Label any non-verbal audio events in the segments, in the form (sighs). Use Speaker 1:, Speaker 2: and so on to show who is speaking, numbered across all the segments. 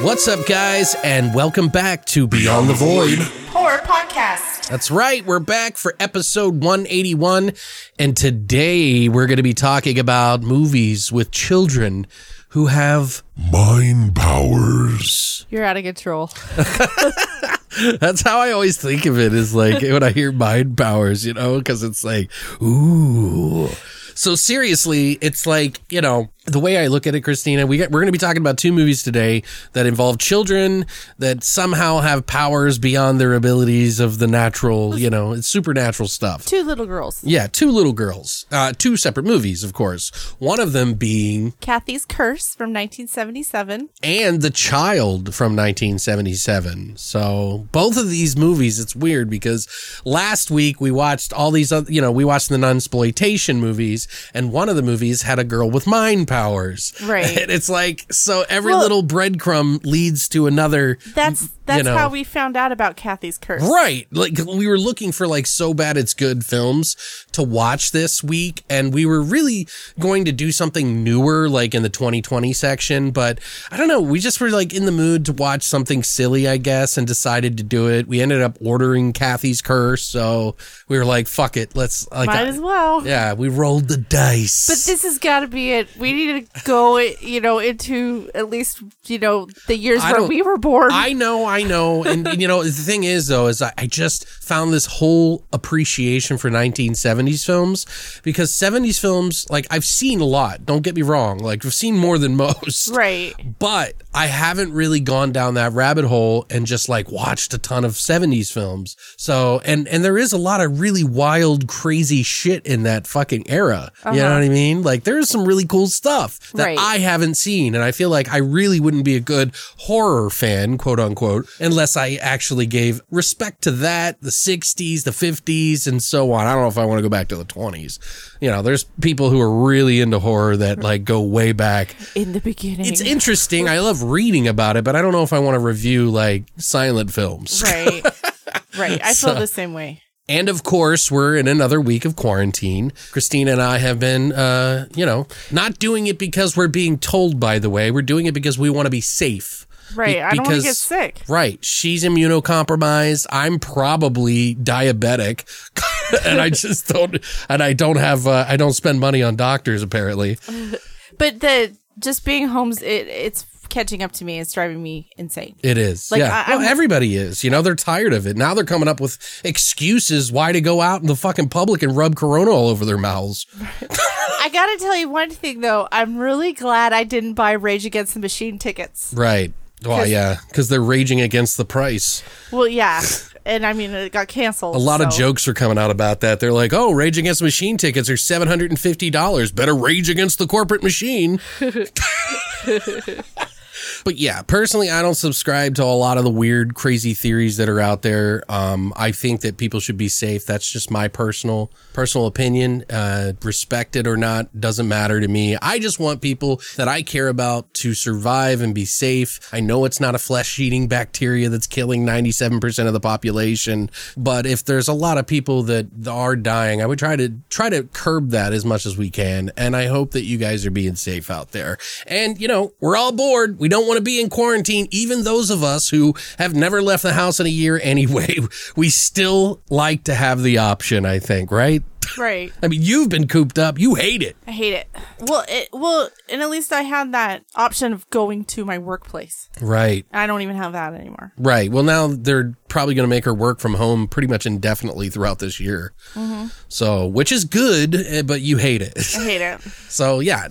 Speaker 1: What's up, guys, and welcome back to Beyond the Void.
Speaker 2: horror podcast.
Speaker 1: That's right, we're back for episode 181, and today we're going to be talking about movies with children who have.
Speaker 3: Mind powers.
Speaker 2: You're out of control.
Speaker 1: That's how I always think of it, is like when I hear mind powers, you know, because it's like, ooh. So seriously, it's like, you know, the way I look at it, Christina, we got, we're going to be talking about two movies today that involve children that somehow have powers beyond their abilities of the natural, you know, it's supernatural stuff.
Speaker 2: Two little girls.
Speaker 1: Yeah, two little girls. Uh, two separate movies, of course. One of them being
Speaker 2: Kathy's Curse from 1977.
Speaker 1: And the Child from 1977. So both of these movies, it's weird because last week we watched all these, other, you know, we watched the non-exploitation movies and one of the movies had a girl with mind powers.
Speaker 2: Right.
Speaker 1: (laughs) And it's like, so every
Speaker 2: Well-
Speaker 1: little breadcrumb leads to another.
Speaker 2: That's that's
Speaker 1: know.
Speaker 2: how we found out about Kathy's Curse.
Speaker 1: Right. Like we were looking for like so bad it's good films to watch this week and we were really going to do something newer like in the 2020 section, but I don't know, we just were like in the mood to watch something silly, I guess, and decided to do it. We ended up ordering Kathy's Curse, so we were like fuck it, let's like
Speaker 2: Might as well.
Speaker 1: Yeah, we rolled the dice.
Speaker 2: But this has got to be it. We need to go, you know, into at least, you know, the years
Speaker 1: I
Speaker 2: where
Speaker 1: don't-
Speaker 2: we were born.
Speaker 1: I know, I know. And, and, you know, the thing is, though, is I, I just found this whole appreciation for 1970s films because 70s films, like, I've seen a lot. Don't get me wrong. Like, I've seen more than most.
Speaker 2: right.
Speaker 1: But I haven't really gone down that rabbit hole and just like watched a ton of 70s films. So, and, and there is a lot of really wild, crazy shit in that fucking era. You know what I mean? Like there is some really cool stuff that
Speaker 2: Right.
Speaker 1: I haven't seen. And I feel like I really wouldn't be a good horror fan, quote unquote, unless I actually gave respect to that, the 60s, the 50s, and so on. I don't know if I want to go back to the 20s. You know, there's people who are really into horror that like go way back.
Speaker 2: In the beginning.
Speaker 1: It's interesting. I love reading about it, but I don't know if I want to review like silent films. (laughs)
Speaker 2: right. Right. I feel the same way.
Speaker 1: And of course, we're in another week of quarantine. Christina and I have been, uh, you know, not doing it because we're being told, by the way. We're doing it because we want to be safe.
Speaker 2: Right.
Speaker 1: Be-
Speaker 2: I don't want to
Speaker 1: because-
Speaker 2: get sick.
Speaker 1: Right. She's immunocompromised. I'm probably diabetic. (laughs) and I just don't, and I don't have, uh, I don't spend money on doctors apparently.
Speaker 2: But the just being homes, it, it's catching up to me. It's driving me insane.
Speaker 1: It is.
Speaker 2: Like,
Speaker 1: yeah.
Speaker 2: I-
Speaker 1: no,
Speaker 2: I'm-
Speaker 1: everybody is. You know, they're tired of it. Now they're coming up with excuses why to go out in the fucking public and rub corona all over their mouths.
Speaker 2: I gotta tell you one thing though. I'm really glad I didn't buy Rage Against the Machine tickets.
Speaker 1: Right. Well,
Speaker 2: 'Cause-
Speaker 1: yeah, because they're raging against the price.
Speaker 2: Well, yeah, and I mean it got canceled.
Speaker 1: A lot of
Speaker 2: so-
Speaker 1: jokes are coming out about that. They're like, "Oh, Rage Against the Machine tickets are seven hundred and fifty dollars. Better rage against the corporate machine." but yeah, personally, I don't subscribe to a lot of the weird, crazy theories that are out there. Um, I think that people should be safe. That's just my personal personal opinion. Uh, respect it or not doesn't matter to me. I just want people that I care about to survive and be safe. I know it's not a flesh eating bacteria that's killing ninety seven percent of the population, but if there's a lot of people that are dying, I would try to try to curb that as much as we can. And I hope that you guys are being safe out there. And you know, we're all bored. We don't want to be in quarantine. Even those of us who have never (laughs) left the house in a year anyway, we still like to have the option, I think, right?
Speaker 2: Right.
Speaker 1: I mean, you've been cooped up. You hate it.
Speaker 2: I hate it. Well, it well, and at least I had that option of going to my workplace.
Speaker 1: Right.
Speaker 2: I don't even have that anymore.
Speaker 1: Right. Well, now they're probably going to make her work from home pretty much indefinitely throughout this year. So, which is good, eh, but you hate it. (laughs)
Speaker 2: I hate it.
Speaker 1: so, yeah,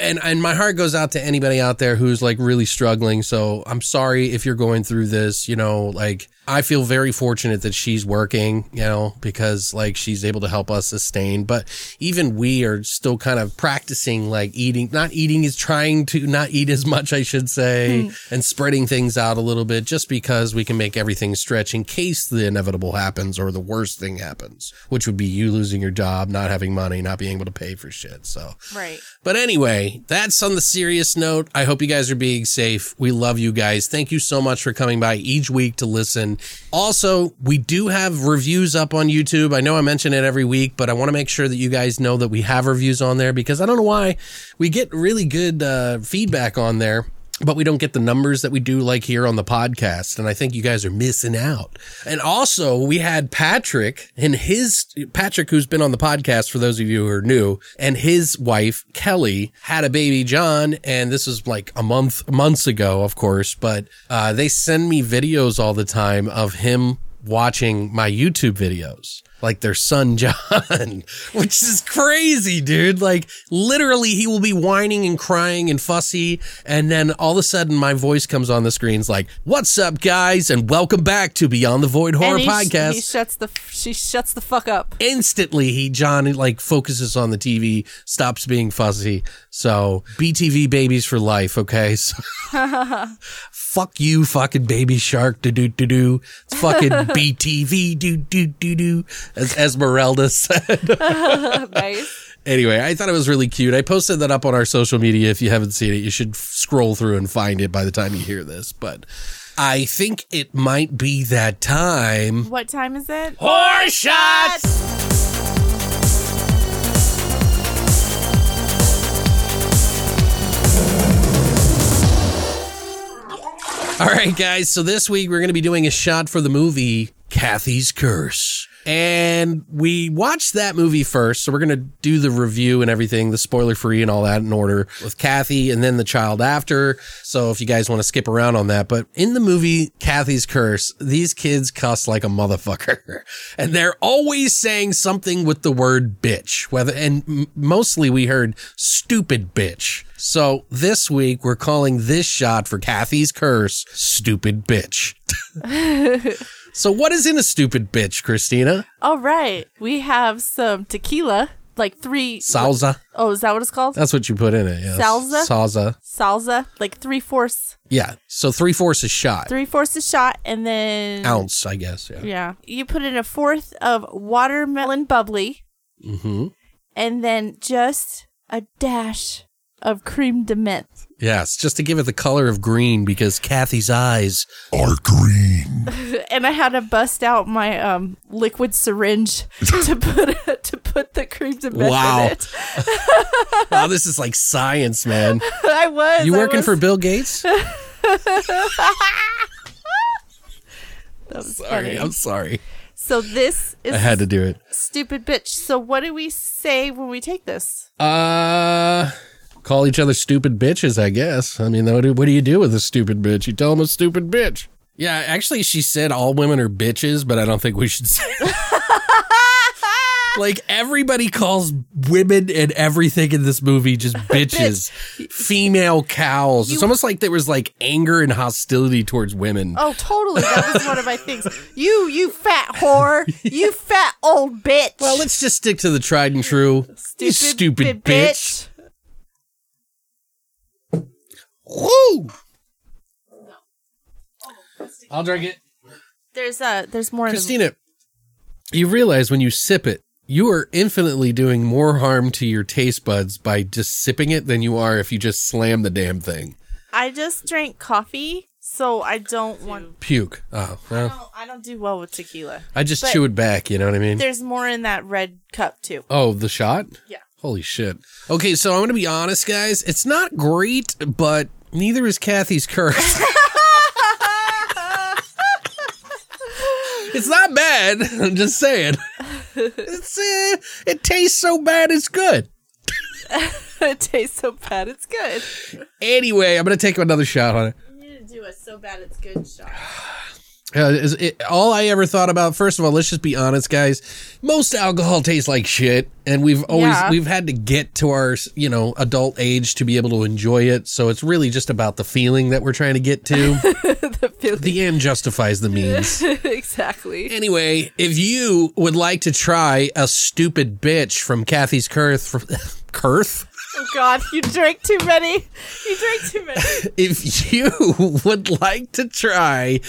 Speaker 1: and and my heart goes out to anybody out there who's like really struggling. So, I'm sorry if you're going through this. You know, like I feel very fortunate that she's working. You know, because like she's able to help us sustain. But even we are still kind of practicing like eating, not eating is trying to not eat as much, I should say, and spreading things out a little bit just because we can make everything stretch in case the inevitable happens or the worst thing happens, which would be you losing your job, not having money, not being able to pay for shit. So,
Speaker 2: Right.
Speaker 1: but anyway, that's on the serious note. I hope you guys are being safe. We love you guys. Thank you so much for coming by each week to listen. Also, we do have reviews up on YouTube. I know I mention it every week, but I want to make sure that you guys know that we have reviews on there because I don't know why we get really good uh, feedback on there but we don't get the numbers that we do like here on the podcast and i think you guys are missing out and also we had patrick and his patrick who's been on the podcast for those of you who are new and his wife kelly had a baby john and this was like a month months ago of course but uh, they send me videos all the time of him watching my YouTube videos, like their son (laughs) John, which is crazy, dude. Like literally he will be whining and crying and fussy. And then all of a sudden my voice comes on the screens like, what's up guys? And welcome back to Beyond the Void Horror
Speaker 2: and he sh-
Speaker 1: Podcast
Speaker 2: He shuts the f- she shuts the fuck up.
Speaker 1: instantly he John like focuses on the TV, stops being fussy. So BTV babies for life, okay? (laughs) So, fuck you, fucking baby shark, do do do do. It's fucking BTV, do do do do. As Esmeralda said.
Speaker 2: nice.
Speaker 1: Anyway, I thought it was really cute. I posted that up on our social media. If you haven't seen it, you should f- scroll through and find it by the time you hear this. But I think it might be that time.
Speaker 2: What time is it?
Speaker 1: Four shots. All right, guys. So this week we're going to be doing a shot for the movie Kathy's Curse. And we watched that movie first. So we're going to do the review and everything, the spoiler free and all that in order with Kathy and then the child after. So if you guys want to skip around on that, but in the movie Kathy's Curse, these kids cuss like a motherfucker (laughs) and they're always saying something with the word bitch, whether, and m- mostly we heard stupid bitch. So this week we're calling this shot for Kathy's curse, stupid
Speaker 2: (laughs)
Speaker 1: bitch. so what is in a stupid bitch, Christina?
Speaker 2: All right. We have some tequila, like three
Speaker 1: Salsa.
Speaker 2: Oh, is that what it's called?
Speaker 1: That's what you put in it. Yes.
Speaker 2: Salsa?
Speaker 1: Salsa.
Speaker 2: Salsa, like three fourths,
Speaker 1: Yeah. So three fourths a shot.
Speaker 2: three fourths a shot, and then
Speaker 1: Ounce, I guess. Yeah.
Speaker 2: Yeah. You put in a fourth of watermelon bubbly
Speaker 1: Mm-hmm.
Speaker 2: and then just a dash of cream de menthe.
Speaker 1: Yes. Just to give it the color of green because Kathy's eyes.
Speaker 3: are green.
Speaker 2: And I had to bust out my um,
Speaker 1: (laughs)
Speaker 2: liquid syringe to put to put the cream de menthe
Speaker 1: Wow.
Speaker 2: in it.
Speaker 1: (laughs)
Speaker 2: (laughs)
Speaker 1: Wow, this is like science, man.
Speaker 2: I was.
Speaker 1: You
Speaker 2: I
Speaker 1: working
Speaker 2: was-
Speaker 1: for Bill
Speaker 2: (laughs)
Speaker 1: Gates?
Speaker 2: That was
Speaker 1: Sorry.
Speaker 2: funny.
Speaker 1: I'm sorry.
Speaker 2: So this is
Speaker 1: I had to do it.
Speaker 2: stupid bitch. So what do we say when we take this? (laughs)
Speaker 1: Uh, call each other stupid bitches, I guess. I mean, what do, what do you do with a stupid bitch? You tell them a stupid bitch. Yeah, actually, she said all women are bitches, but I don't think we should (laughs) say Like, everybody calls women and everything in this movie
Speaker 2: (laughs)
Speaker 1: just bitches. Female cows. it's almost like there was like anger and hostility towards women.
Speaker 2: Oh, totally. That was one of my things. You, you fat
Speaker 1: (laughs)
Speaker 2: whore. You fat old bitch.
Speaker 1: Well, let's just stick to the tried and true. Stupid, you stupid bitch. Woo! I'll drink it.
Speaker 2: There's uh, there's more.
Speaker 1: Christina, you realize when you sip it, you are infinitely doing more harm to your taste buds by just sipping it than you are if you just slam the damn thing.
Speaker 2: Than, I just drank coffee, so I don't want.
Speaker 1: Puke. Oh,
Speaker 2: I
Speaker 1: well,
Speaker 2: don't, I don't do well with tequila.
Speaker 1: I just
Speaker 2: But-
Speaker 1: chew it back. You know what I mean?
Speaker 2: There's more in that red cup too. (laughs)
Speaker 1: Oh, the shot?
Speaker 2: Yeah.
Speaker 1: Holy shit. Okay, so I'm going to be honest, guys. It's not great, but neither is Kathy's curse. (laughs) it's not bad. I'm just saying. It's, eh, it tastes so bad, it's good.
Speaker 2: it tastes so bad, it's good.
Speaker 1: Anyway, I'm gonna take another shot on it.
Speaker 2: You need to do a so bad it's good shot.
Speaker 1: (sighs) Uh, is it. All I ever thought about, first of all, let's just be honest, guys. Most alcohol tastes like shit, and we've always
Speaker 2: Yeah.
Speaker 1: we've had to get to our you know adult age to be able to enjoy it. So it's really just about the feeling that we're trying to get to.
Speaker 2: (laughs) the feeling.
Speaker 1: the end justifies the means.
Speaker 2: (laughs) exactly.
Speaker 1: Anyway, if you would like to try a stupid bitch from Kathy's Kurth, from, (laughs) Kurth,
Speaker 2: Oh God, you drank too many. You drank too many.
Speaker 1: (laughs) if you would like to try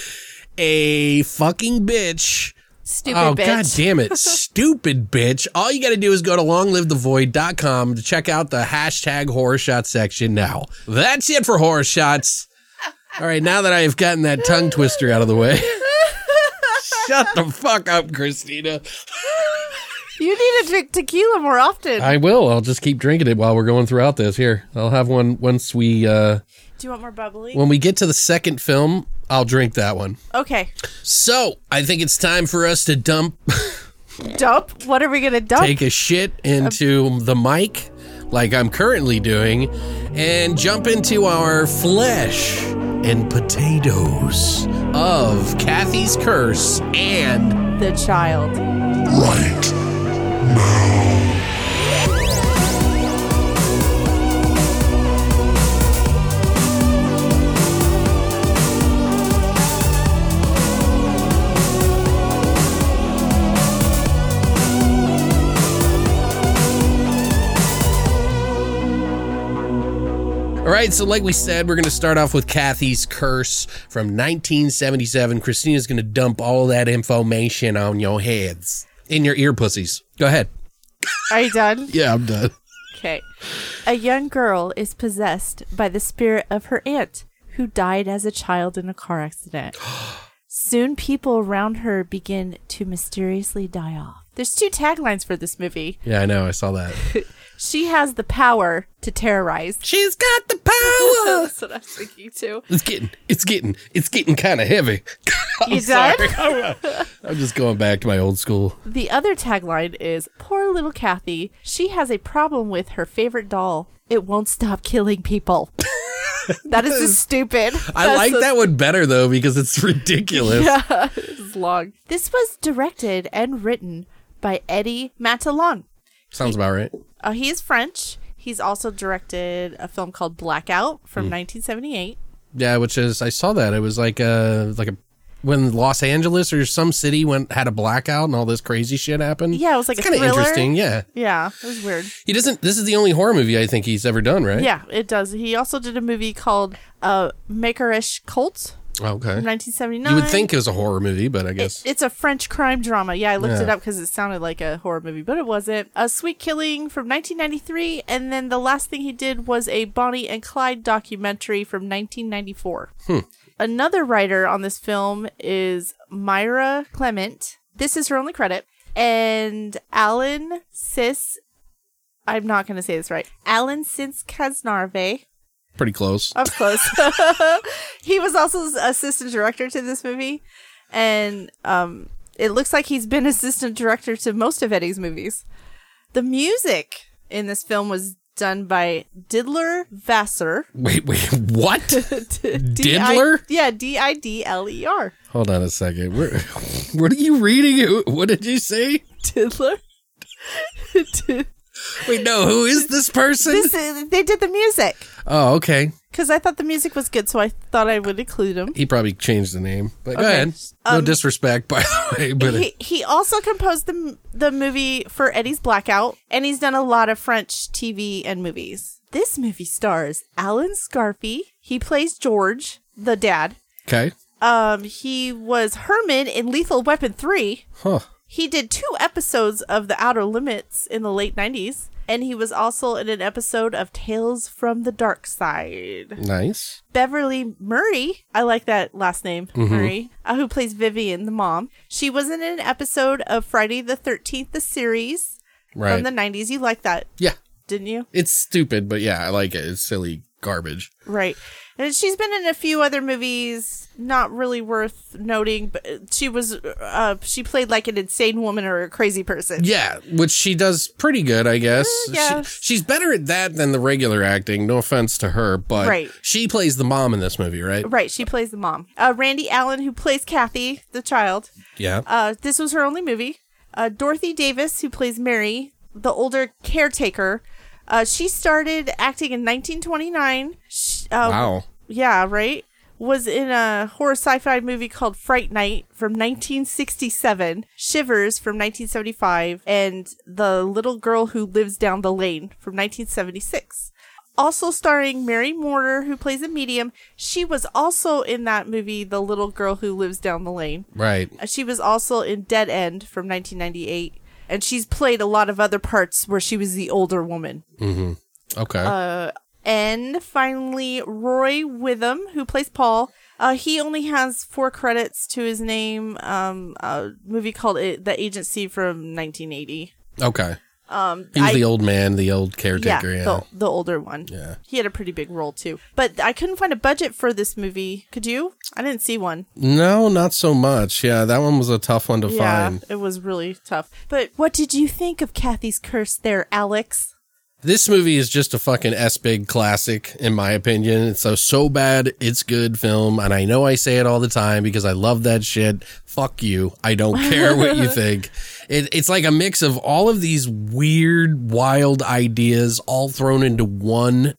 Speaker 1: a fucking bitch.
Speaker 2: Stupid
Speaker 1: Oh,
Speaker 2: bitch.
Speaker 1: god damn it. Stupid bitch. All you got to do is go to longlivethevoid.com to check out the hashtag horror shot section now. That's it for horror shots. All right, now that I have gotten that tongue twister out of the way. (laughs) Shut the fuck up, Christina.
Speaker 2: You need to drink tequila more often.
Speaker 1: I will. I'll just keep drinking it while we're going throughout this. Here, I'll have one once we uh
Speaker 2: Do you want more bubbly?
Speaker 1: when we get to the second film. I'll drink that one.
Speaker 2: okay.
Speaker 1: So I think it's time for us to dump,
Speaker 2: Dump. What are we gonna dump?
Speaker 1: take a shit into the mic, like I'm currently doing, and jump into our flesh and potatoes of Kathy's curse and
Speaker 2: the child.
Speaker 3: right now.
Speaker 1: All right, so like we said, we're going to start off with Kathy's curse from 1977. Christina's going to dump all that information on your heads, in your ear pussies. Go ahead.
Speaker 2: Are you done?
Speaker 1: Yeah, I'm done.
Speaker 2: Okay. A young girl is possessed by the spirit of her aunt, who died as a child in a car (gasps) accident. Soon, people around her begin to mysteriously die off. There's two taglines for this movie.
Speaker 1: Yeah, I know. I saw that.
Speaker 2: She has the power to terrorize.
Speaker 1: She's got the power.
Speaker 2: (laughs) That's what I'm thinking too.
Speaker 1: It's getting, it's getting, it's getting kind of heavy. (laughs)
Speaker 2: You done?
Speaker 1: I'm just going back to my old school.
Speaker 2: The other tagline is Poor little Kathy. She has a problem with her favorite doll. It won't stop killing (laughs) people. that is just stupid.
Speaker 1: I
Speaker 2: That's
Speaker 1: like
Speaker 2: so
Speaker 1: that one better though because it's (laughs)
Speaker 2: (laughs)
Speaker 1: ridiculous.
Speaker 2: long. This was directed and written by Eddie Matalon.
Speaker 1: Sounds about right.
Speaker 2: Uh, he's French. He's also directed a film called Blackout from 1978.
Speaker 1: Yeah, which is I saw that it was like a like a when Los Angeles or some city went had a blackout and all this crazy shit happened.
Speaker 2: Yeah, it was like
Speaker 1: it's
Speaker 2: a
Speaker 1: kind of
Speaker 2: thriller.
Speaker 1: interesting. Yeah,
Speaker 2: Yeah, it was weird.
Speaker 1: he doesn't. This is the only horror movie I think he's ever done, right?
Speaker 2: (laughs) Yeah, it does. He also did a movie called uh, Makerish Cult
Speaker 1: Okay.
Speaker 2: from 1979.
Speaker 1: You would think it was a horror movie, but I
Speaker 2: It-
Speaker 1: guess
Speaker 2: it's a French crime drama. Yeah, I looked it
Speaker 1: Yeah.
Speaker 2: up because it sounded like a horror movie, but it wasn't. A Sweet Killing from 1993, and then the last thing he did was a Bonnie and Clyde documentary from 1994.
Speaker 1: Hmm.
Speaker 2: Another writer on this film is Myra Clement. This is her only credit, and Alan Sis. I'm not going to say this right. Alan Sins Casnarve.
Speaker 1: pretty close.
Speaker 2: Up close. (laughs) he was also s- assistant director to this movie, and um, it looks like he's been (laughs) assistant director to most of Eddie's movies. The music in this film was done by Diddler Vassar.
Speaker 1: Wait, wait, (laughs) what? Diddler?
Speaker 2: Diddler? Yeah, D I D L E R.
Speaker 1: Hold on a second. Where, (laughs) what are you reading? Who- What did you say?
Speaker 2: (laughs) Diddler. Did-
Speaker 1: Wait, no. Who is this person?
Speaker 2: this is, they did the music
Speaker 1: oh, okay.
Speaker 2: because I thought the music was good, so I thought I would include him.
Speaker 1: He probably changed the name. But go
Speaker 2: Okay. Um,
Speaker 1: ahead. No disrespect, by the
Speaker 2: (laughs)
Speaker 1: way. But
Speaker 2: he, he also composed the m- the movie for Eddie's Blackout, and he's done a lot of French TV and movies. This movie stars Alan Scarfi. He plays George, the dad.
Speaker 1: okay.
Speaker 2: Um, he was Herman in Lethal Weapon Three.
Speaker 1: Huh.
Speaker 2: He did two episodes of The Outer Limits in the late '90s, and he was also in an episode of Tales from the Dark Side.
Speaker 1: Nice.
Speaker 2: Beverly Murray, I like that last name,
Speaker 1: Mm-hmm.
Speaker 2: Murray, uh, who plays Vivian, the mom. She was in an episode of Friday the 13th, the series
Speaker 1: Right.
Speaker 2: from the 90s. You liked that,
Speaker 1: yeah.
Speaker 2: didn't you?
Speaker 1: It's stupid, but yeah, I like it. It's silly garbage.
Speaker 2: Right. And she's been in a few other movies, not really worth noting, but she was uh she played like an insane woman or a crazy person.
Speaker 1: Yeah, which she does pretty good, I guess.
Speaker 2: Eh, yes.
Speaker 1: She, she's better at that than the regular acting. No offense to her, but
Speaker 2: Right. Uh,
Speaker 1: she plays the mom in this movie, right?
Speaker 2: Right, she plays the mom. Uh Randy Allen who plays Kathy, the child.
Speaker 1: Yeah.
Speaker 2: Uh this was her only movie. Uh Dorothy Davis who plays Mary, the older caretaker. Uh she started acting in 1929. She, uh,
Speaker 1: wow.
Speaker 2: Yeah, right? Was in a horror sci fi movie called Fright Night from 1967, Shivers from 1975, and The Little Girl Who Lives Down the Lane from 1976. Also starring Mary Mortar, who plays a medium. She was also in that movie, The Little Girl Who Lives Down the Lane.
Speaker 1: Right.
Speaker 2: Uh, She was also in Dead End from 1998. And she's played a lot of other parts where she was the older woman.
Speaker 1: Okay.
Speaker 2: And finally, Roy Witham, who plays Paul. Uh, he only has four credits to his name. Um, a movie called it, The Agency from 1980.
Speaker 1: okay.
Speaker 2: Um,
Speaker 1: He was
Speaker 2: I-
Speaker 1: the old man, the old
Speaker 2: yeah,
Speaker 1: caretaker. Yeah.
Speaker 2: The, the older one. Yeah, he had a pretty big role too. But I couldn't find a budget for this movie. Could you? I didn't see one.
Speaker 1: No, not so much. Yeah, that one was a tough one to
Speaker 2: Yeah,
Speaker 1: find.
Speaker 2: it was really tough. But what did you think of Kathy's Curse, there, Alex?
Speaker 1: This movie is just a fucking S big classic, in my opinion. It's a so bad, it's good film. And I know I say it all the time because I love that shit. Fuck you. I don't care what you think. It, it's like a mix of all of these weird, wild ideas all thrown into one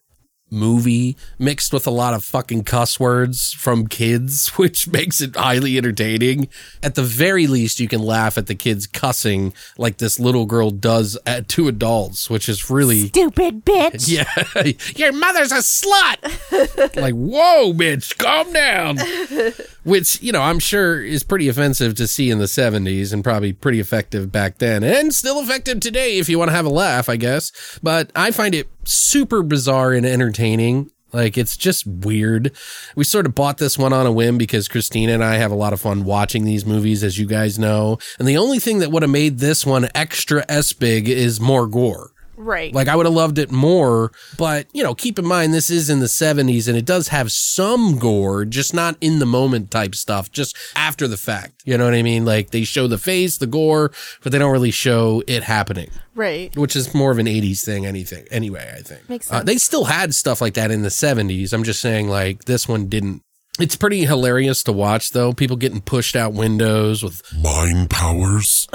Speaker 1: movie mixed with a lot of fucking cuss words from kids, (laughs) which makes it highly entertaining. At the very least, you can laugh at the kids cussing like this little girl does at two adults, which is really.
Speaker 2: Stupid bitch.
Speaker 1: Yeah, (laughs) your mother's a slut. like, whoa, bitch, calm down. Which you know, I'm sure is pretty offensive to see in the '70s, and probably pretty effective back then, and still effective today if you want to have a laugh, I guess. But I find it super bizarre and entertaining. Like it's just weird. We sort of bought this one on a whim because Christina and I have a lot of fun watching these movies, as you guys know. And the only thing that would have made this one extra s big is more gore.
Speaker 2: Right.
Speaker 1: Like I would have loved it more, but you know, keep in mind this is in the 70s and it does have some gore, just not in the moment type stuff, just after the fact. You know what I mean? Like they show the face, the gore, but they don't really show it happening,
Speaker 2: right.
Speaker 1: which is more of an 80s thing anything. Anyway, I think.
Speaker 2: Makes
Speaker 1: Uh, they still had stuff like that in the 70s. I'm just saying like this one didn't. It's pretty hilarious to watch though. People getting pushed out windows with
Speaker 3: Mind powers?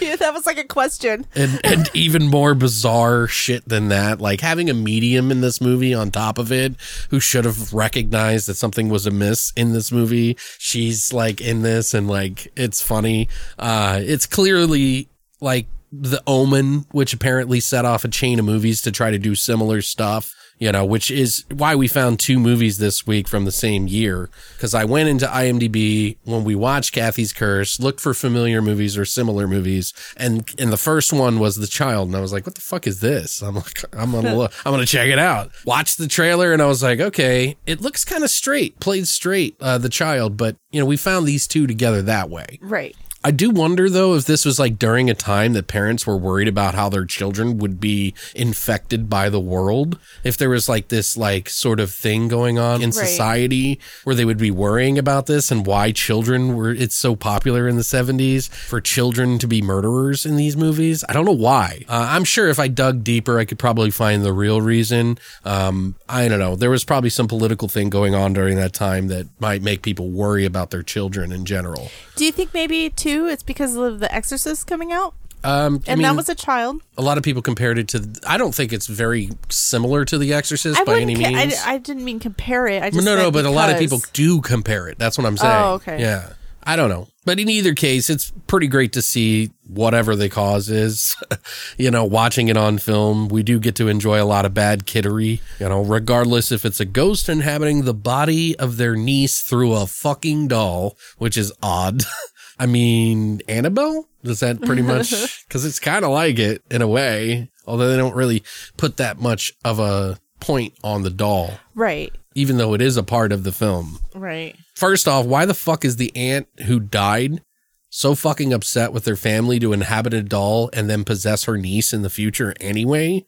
Speaker 2: yeah, (laughs) that was like a question.
Speaker 1: and and even more bizarre shit than that. Like having a medium in this movie on top of it, who should have recognized that something was amiss in this movie. She's like in this, and like it's funny. Uh, it's clearly like the Omen, which apparently set off a chain of movies to try to do similar stuff. You know, which is why we found two movies this week from the same year. Cause I went into IMDb when we watched Kathy's Curse, looked for familiar movies or similar movies. And, and the first one was The Child. And I was like, what the fuck is this? I'm like, I'm going to look, I'm going to check it out. Watched the trailer and I was like, okay, it looks kind of straight, played straight, uh, The Child. But, you know, we found these two together that way.
Speaker 2: Right.
Speaker 1: I do wonder though if this was like during a time that parents were worried about how their children would be infected by the world. If there was like this like sort of thing going on in society where they would be worrying about this and why children were it's so popular in the 70s for children to be murderers in these movies. I don't know why. Uh, I'm sure if I dug deeper I could probably find the real reason. Um I don't know. There was probably some political thing going on during that time that might make people worry about their children in general.
Speaker 2: Do you think maybe too it's because of The Exorcist coming out?
Speaker 1: Um, I
Speaker 2: And
Speaker 1: mean-
Speaker 2: that was a child.
Speaker 1: a lot of people compared it to. I don't think it's very similar to The Exorcist
Speaker 2: I
Speaker 1: by any
Speaker 2: wouldn't. ca- I-
Speaker 1: means.
Speaker 2: I, didn't mean compare it. I just
Speaker 1: no, no,
Speaker 2: meant
Speaker 1: but a lot of people
Speaker 2: because-
Speaker 1: do compare it. That's what I'm saying.
Speaker 2: Oh, okay.
Speaker 1: Yeah, I don't know, but in either case, it's pretty great to see whatever the cause is. (laughs) you know, watching it on film, we do get to enjoy a lot of bad kiddery. You know, regardless if it's a ghost inhabiting the body of their niece through a fucking doll, which is odd. (laughs) I mean, Annabelle? Does that
Speaker 2: (laughs)
Speaker 1: pretty much? Because it's kind of like it in a way, although they don't really put that much of a point on the doll,
Speaker 2: Right,
Speaker 1: even though it is a part of the film.
Speaker 2: right.
Speaker 1: First off, why the fuck is the aunt who died so fucking upset with their family to inhabit a doll and then possess her niece in the future anyway?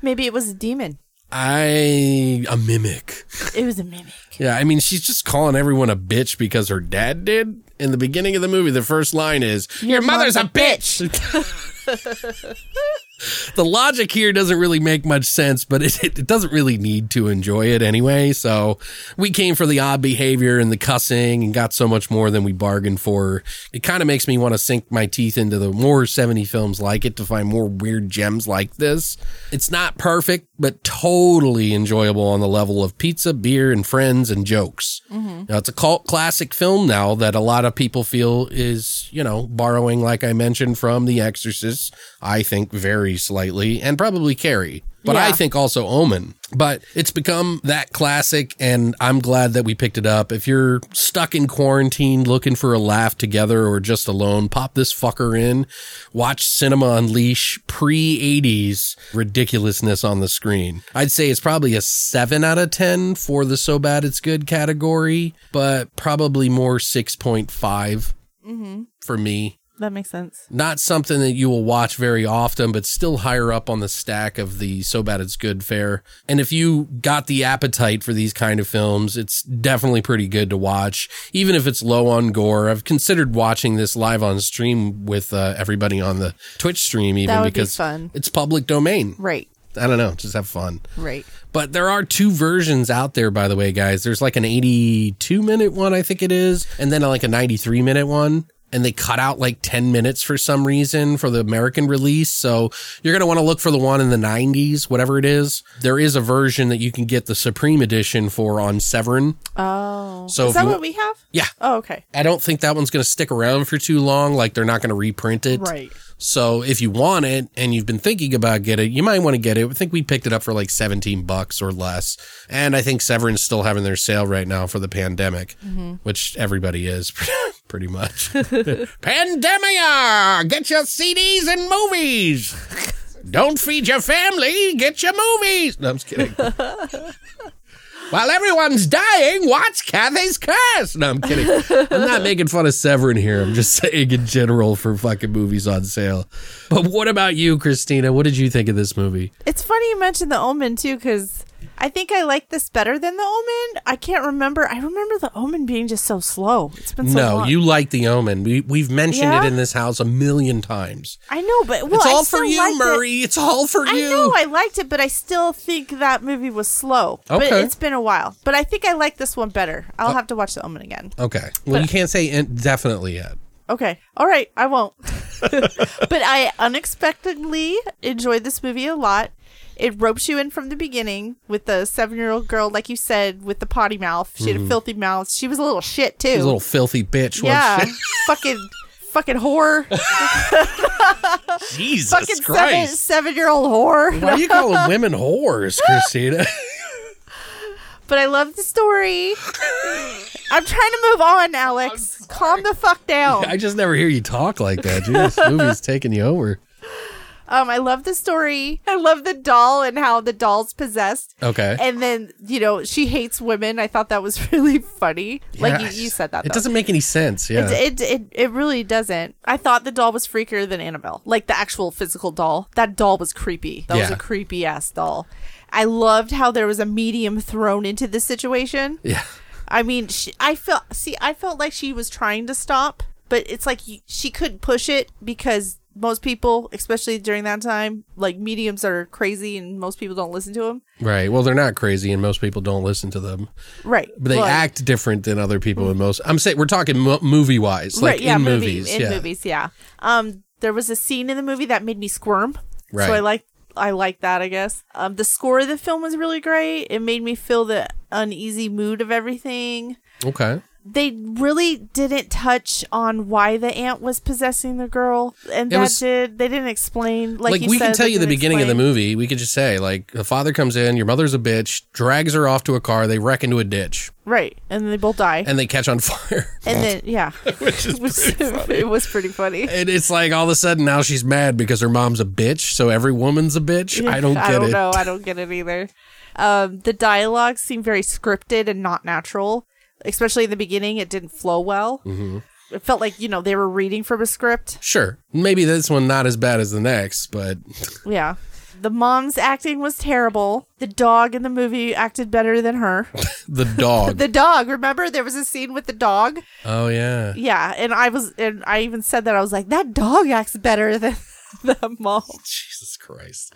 Speaker 2: Maybe it was a demon.
Speaker 1: I a mimic.
Speaker 2: It was a mimic.
Speaker 1: Yeah, I mean, she's just calling everyone a bitch because her dad did. In the beginning of the movie, the first line is, Your mother's a bitch. the logic here doesn't really make much sense, but it, it doesn't really need to enjoy it anyway. So we came for the odd behavior and the cussing and got so much more than we bargained for. It kind of makes me want to sink my teeth into the more 70 films like it to find more weird gems like this. It's not perfect, but totally enjoyable on the level of pizza, beer, and friends and jokes. Now, it's a cult classic film now that a lot of people feel is, you know, borrowing, like I mentioned, from The Exorcist. I think very slightly, and probably Carrie. But I
Speaker 2: Yeah.
Speaker 1: think also Omen. But it's become that classic, and I'm glad that we picked it up. If you're stuck in quarantine looking for a laugh together or just alone, pop this fucker in. Watch Cinema Unleash pre 80s ridiculousness on the screen. I'd say it's probably a 7 out of 10 for the so bad it's good category, but probably more 6.5 for me
Speaker 2: That makes sense.
Speaker 1: not something that you will watch very often, but still higher up on the stack of the so bad it's good fare. And if you got the appetite for these kind of films, it's definitely pretty good to watch, even if it's low on gore. I've considered watching this live on stream with uh, everybody on the Twitch stream, even
Speaker 2: That would be
Speaker 1: because
Speaker 2: fun.
Speaker 1: it's public domain.
Speaker 2: Right.
Speaker 1: I don't know, just have fun.
Speaker 2: Right.
Speaker 1: But there are two versions out there, by the way, guys. There's like an 82 minute one, I think it is, and then like a 93 minute one. And they cut out like 10 minutes for some reason for the American release. So you're going to want to look for the one in the 90s, whatever it is. There is a version that you can get the Supreme Edition for on Severn.
Speaker 2: Oh.
Speaker 1: So
Speaker 2: is
Speaker 1: if
Speaker 2: that
Speaker 1: you-
Speaker 2: what we have?
Speaker 1: Yeah.
Speaker 2: Oh, okay.
Speaker 1: I don't think that one's going to stick around for too long. Like they're not going to reprint it.
Speaker 2: Right.
Speaker 1: So if you want it and you've been thinking about get it, you might want to get it. I think we picked it up for like 17 bucks or less. And I think Severin's still having their sale right now for the pandemic, which everybody is (laughs) pretty much. (laughs) Pandemia! Get your CDs and movies. Don't feed your family, get your movies. No, I'm just kidding. While everyone's dying, watch Kathy's Curse. No, I'm kidding. I'm
Speaker 2: (laughs)
Speaker 1: not making fun of Severin here. I'm just (laughs) saying in general for fucking movies on sale. But what about you, Christina? What did you think of this movie?
Speaker 2: It's funny you mentioned the Omen too, because I think I like this better than the Omen. I can't remember. I remember the Omen being just so slow. It's been so
Speaker 1: no,
Speaker 2: long.
Speaker 1: you like The Omen. We, we've mentioned it
Speaker 2: Yeah?
Speaker 1: in this house a million times.
Speaker 2: I know, but well,
Speaker 1: it's
Speaker 2: I
Speaker 1: all
Speaker 2: still
Speaker 1: for you,
Speaker 2: liked It.
Speaker 1: Murray. It's all for
Speaker 2: I
Speaker 1: you.
Speaker 2: know I liked it, but I still think that movie was slow. But
Speaker 1: Okay. Uh,
Speaker 2: it's been a while. But I think I like this one better. I'll have to watch The Omen again.
Speaker 1: okay. Well, you can't say in- definitely yet.
Speaker 2: Okay. All right.
Speaker 1: (laughs)
Speaker 2: I won't. but I unexpectedly enjoyed this movie a lot. It ropes you in from the beginning with the seven year old girl, like you said, with the potty mouth. She had a filthy mouth. She was a little shit, too.
Speaker 1: This Mm-hmm. little filthy bitch.
Speaker 2: yeah.
Speaker 1: wasn't
Speaker 2: fucking. Fucking
Speaker 1: (laughs)
Speaker 2: whore,
Speaker 1: she? (laughs) Jesus
Speaker 2: fucking seven,
Speaker 1: Christ.
Speaker 2: seven-year-old whore.
Speaker 1: Why are you
Speaker 2: (laughs)
Speaker 1: calling women whores, Christina? (laughs)
Speaker 2: But I love the story. I'm trying to move on, Alex. Calm the fuck down.
Speaker 1: I just never hear you talk like that. Dude, this movie's taking you over.
Speaker 2: Um, I love the story. I love the doll and how the doll's possessed.
Speaker 1: Okay.
Speaker 2: And then, you know, she hates women. I thought that was (laughs) really funny. Like you,
Speaker 1: Yeah,
Speaker 2: you said that.
Speaker 1: It
Speaker 2: though.
Speaker 1: doesn't make any sense. Yeah.
Speaker 2: It, it it it really doesn't. I thought the doll was freakier than Annabelle, like the actual physical doll. That doll was creepy. That was
Speaker 1: Yeah.
Speaker 2: a creepy ass doll. I loved how there was a medium thrown into this situation.
Speaker 1: yeah.
Speaker 2: I mean, she, I felt see, I felt like she was trying to stop, but it's like you, she couldn't push it because most people, especially during that time, like mediums are crazy and most people don't listen to them.
Speaker 1: Right. Well, they're not crazy, and most people don't listen to them.
Speaker 2: Right.
Speaker 1: But they
Speaker 2: Well,
Speaker 1: act different than other people. In most, I'm saying we're talking mo- movie wise, like
Speaker 2: right, yeah,
Speaker 1: in
Speaker 2: movie-
Speaker 1: movies.
Speaker 2: In
Speaker 1: yeah.
Speaker 2: movies, yeah. Um, there was a scene in the movie that made me squirm.
Speaker 1: Right.
Speaker 2: So I like I like that. I guess. Um, the score of the film was really great. It made me feel the uneasy mood of everything.
Speaker 1: Okay.
Speaker 2: they really didn't touch on why the aunt was possessing the girl, and
Speaker 1: It
Speaker 2: that
Speaker 1: was-
Speaker 2: did they didn't explain. Like,
Speaker 1: Like,
Speaker 2: you
Speaker 1: we can
Speaker 2: said,
Speaker 1: tell
Speaker 2: they
Speaker 1: you the
Speaker 2: didn't
Speaker 1: beginning of the
Speaker 2: explain.
Speaker 1: movie. We could just say like the father comes in, your mother's a bitch, drags her off to a car, they wreck into a ditch,
Speaker 2: right? And they both die, and,
Speaker 1: and they catch on (laughs) fire.
Speaker 2: then
Speaker 1: (laughs)
Speaker 2: yeah, (laughs) which is it was pretty funny.
Speaker 1: And it's like all of a sudden now she's mad because her mom's a bitch, so every woman's a
Speaker 2: (laughs)
Speaker 1: bitch. (laughs) I don't get
Speaker 2: I don't
Speaker 1: it.
Speaker 2: know. I don't get it either. Um, the dialogue seemed very scripted and not natural, especially in the beginning. It didn't flow well.
Speaker 1: Mm-hmm.
Speaker 2: It felt like you know they were reading from a script.
Speaker 1: Sure, maybe this one not as bad as the next, but
Speaker 2: Yeah. The mom's acting was terrible. The dog in the movie acted better than her.
Speaker 1: The dog.
Speaker 2: (laughs) The dog, remember there was a scene with the dog?
Speaker 1: oh yeah.
Speaker 2: Yeah, and I was and I even said that I was like that dog acts better (laughs) than the mom.
Speaker 1: Jesus Christ.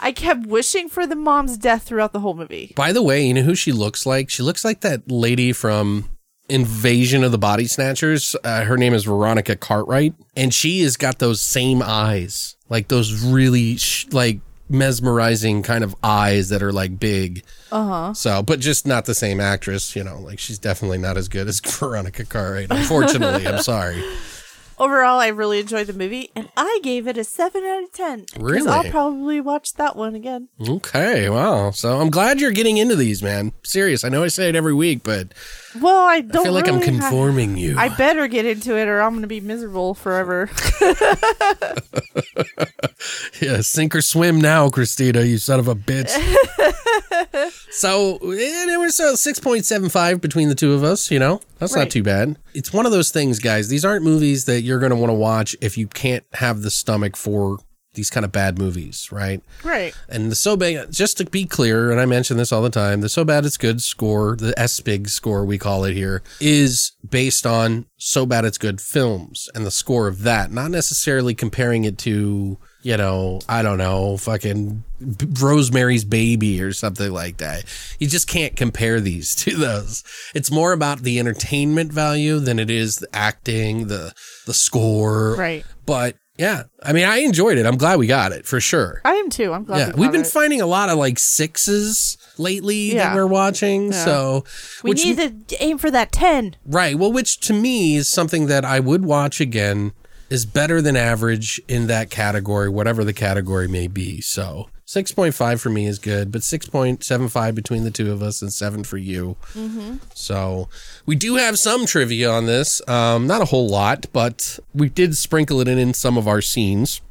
Speaker 2: I kept wishing for the mom's death throughout the whole movie.
Speaker 1: By the way, you know who she looks like? She looks like that lady from Invasion of the Body Snatchers. Uh, her name is Veronica Cartwright, and she has got those same eyes, like those really sh- like mesmerizing kind of eyes that are like big. Uh huh. So, but just not the same actress. You know, like she's definitely not as good as (laughs) Veronica Cartwright. Unfortunately, I'm sorry.
Speaker 2: Overall, I really enjoyed the movie, and I gave it a seven out of ten. 'cause
Speaker 1: Really?
Speaker 2: I'll probably watch that one again.
Speaker 1: Okay, wow. So I'm glad you're getting into these, man. Serious. I know I say it every week, but
Speaker 2: Well, I don't
Speaker 1: I feel like I'm
Speaker 2: really ha-
Speaker 1: conforming you.
Speaker 2: I better get into it, or I'm going to be miserable forever.
Speaker 1: (laughs) Yeah, sink or swim now, Christina, you son of a
Speaker 2: (laughs)
Speaker 1: bitch. so eh, there was uh, 6.75 between the two of us, you know? That's not
Speaker 2: Right.
Speaker 1: too bad. It's one of those things, guys. These aren't movies that you're going to want to watch if you can't have the stomach for these kind of bad movies, right?
Speaker 2: right.
Speaker 1: And the So Bad, just to be clear, and I mention this all the time, the So Bad It's Good score, the SBIG score we call it here, is based on So Bad It's Good films and the score of that, not necessarily comparing it to, you know, I don't know, fucking B- Rosemary's Baby or something like that. You just can't compare these (laughs) to those. It's more about the entertainment value than it is the acting, the the score.
Speaker 2: Right.
Speaker 1: But yeah, I mean, I enjoyed it. I'm glad we got it for sure
Speaker 2: I am too. I'm glad.
Speaker 1: yeah,
Speaker 2: we
Speaker 1: we have
Speaker 2: got
Speaker 1: been
Speaker 2: it.
Speaker 1: finding a lot of like sixes lately that
Speaker 2: Yeah.
Speaker 1: we're watching. So,
Speaker 2: we
Speaker 1: which
Speaker 2: need to aim for that ten.
Speaker 1: right, well, which to me is something that I would watch again is better than average in that category, whatever the category may be. So. 6.5 for me is good, but 6.75 between the two of us and 7 for you.
Speaker 2: Mm-hmm.
Speaker 1: So we do have some trivia on this. Um, not a whole lot, but we did sprinkle it in in some of our scenes.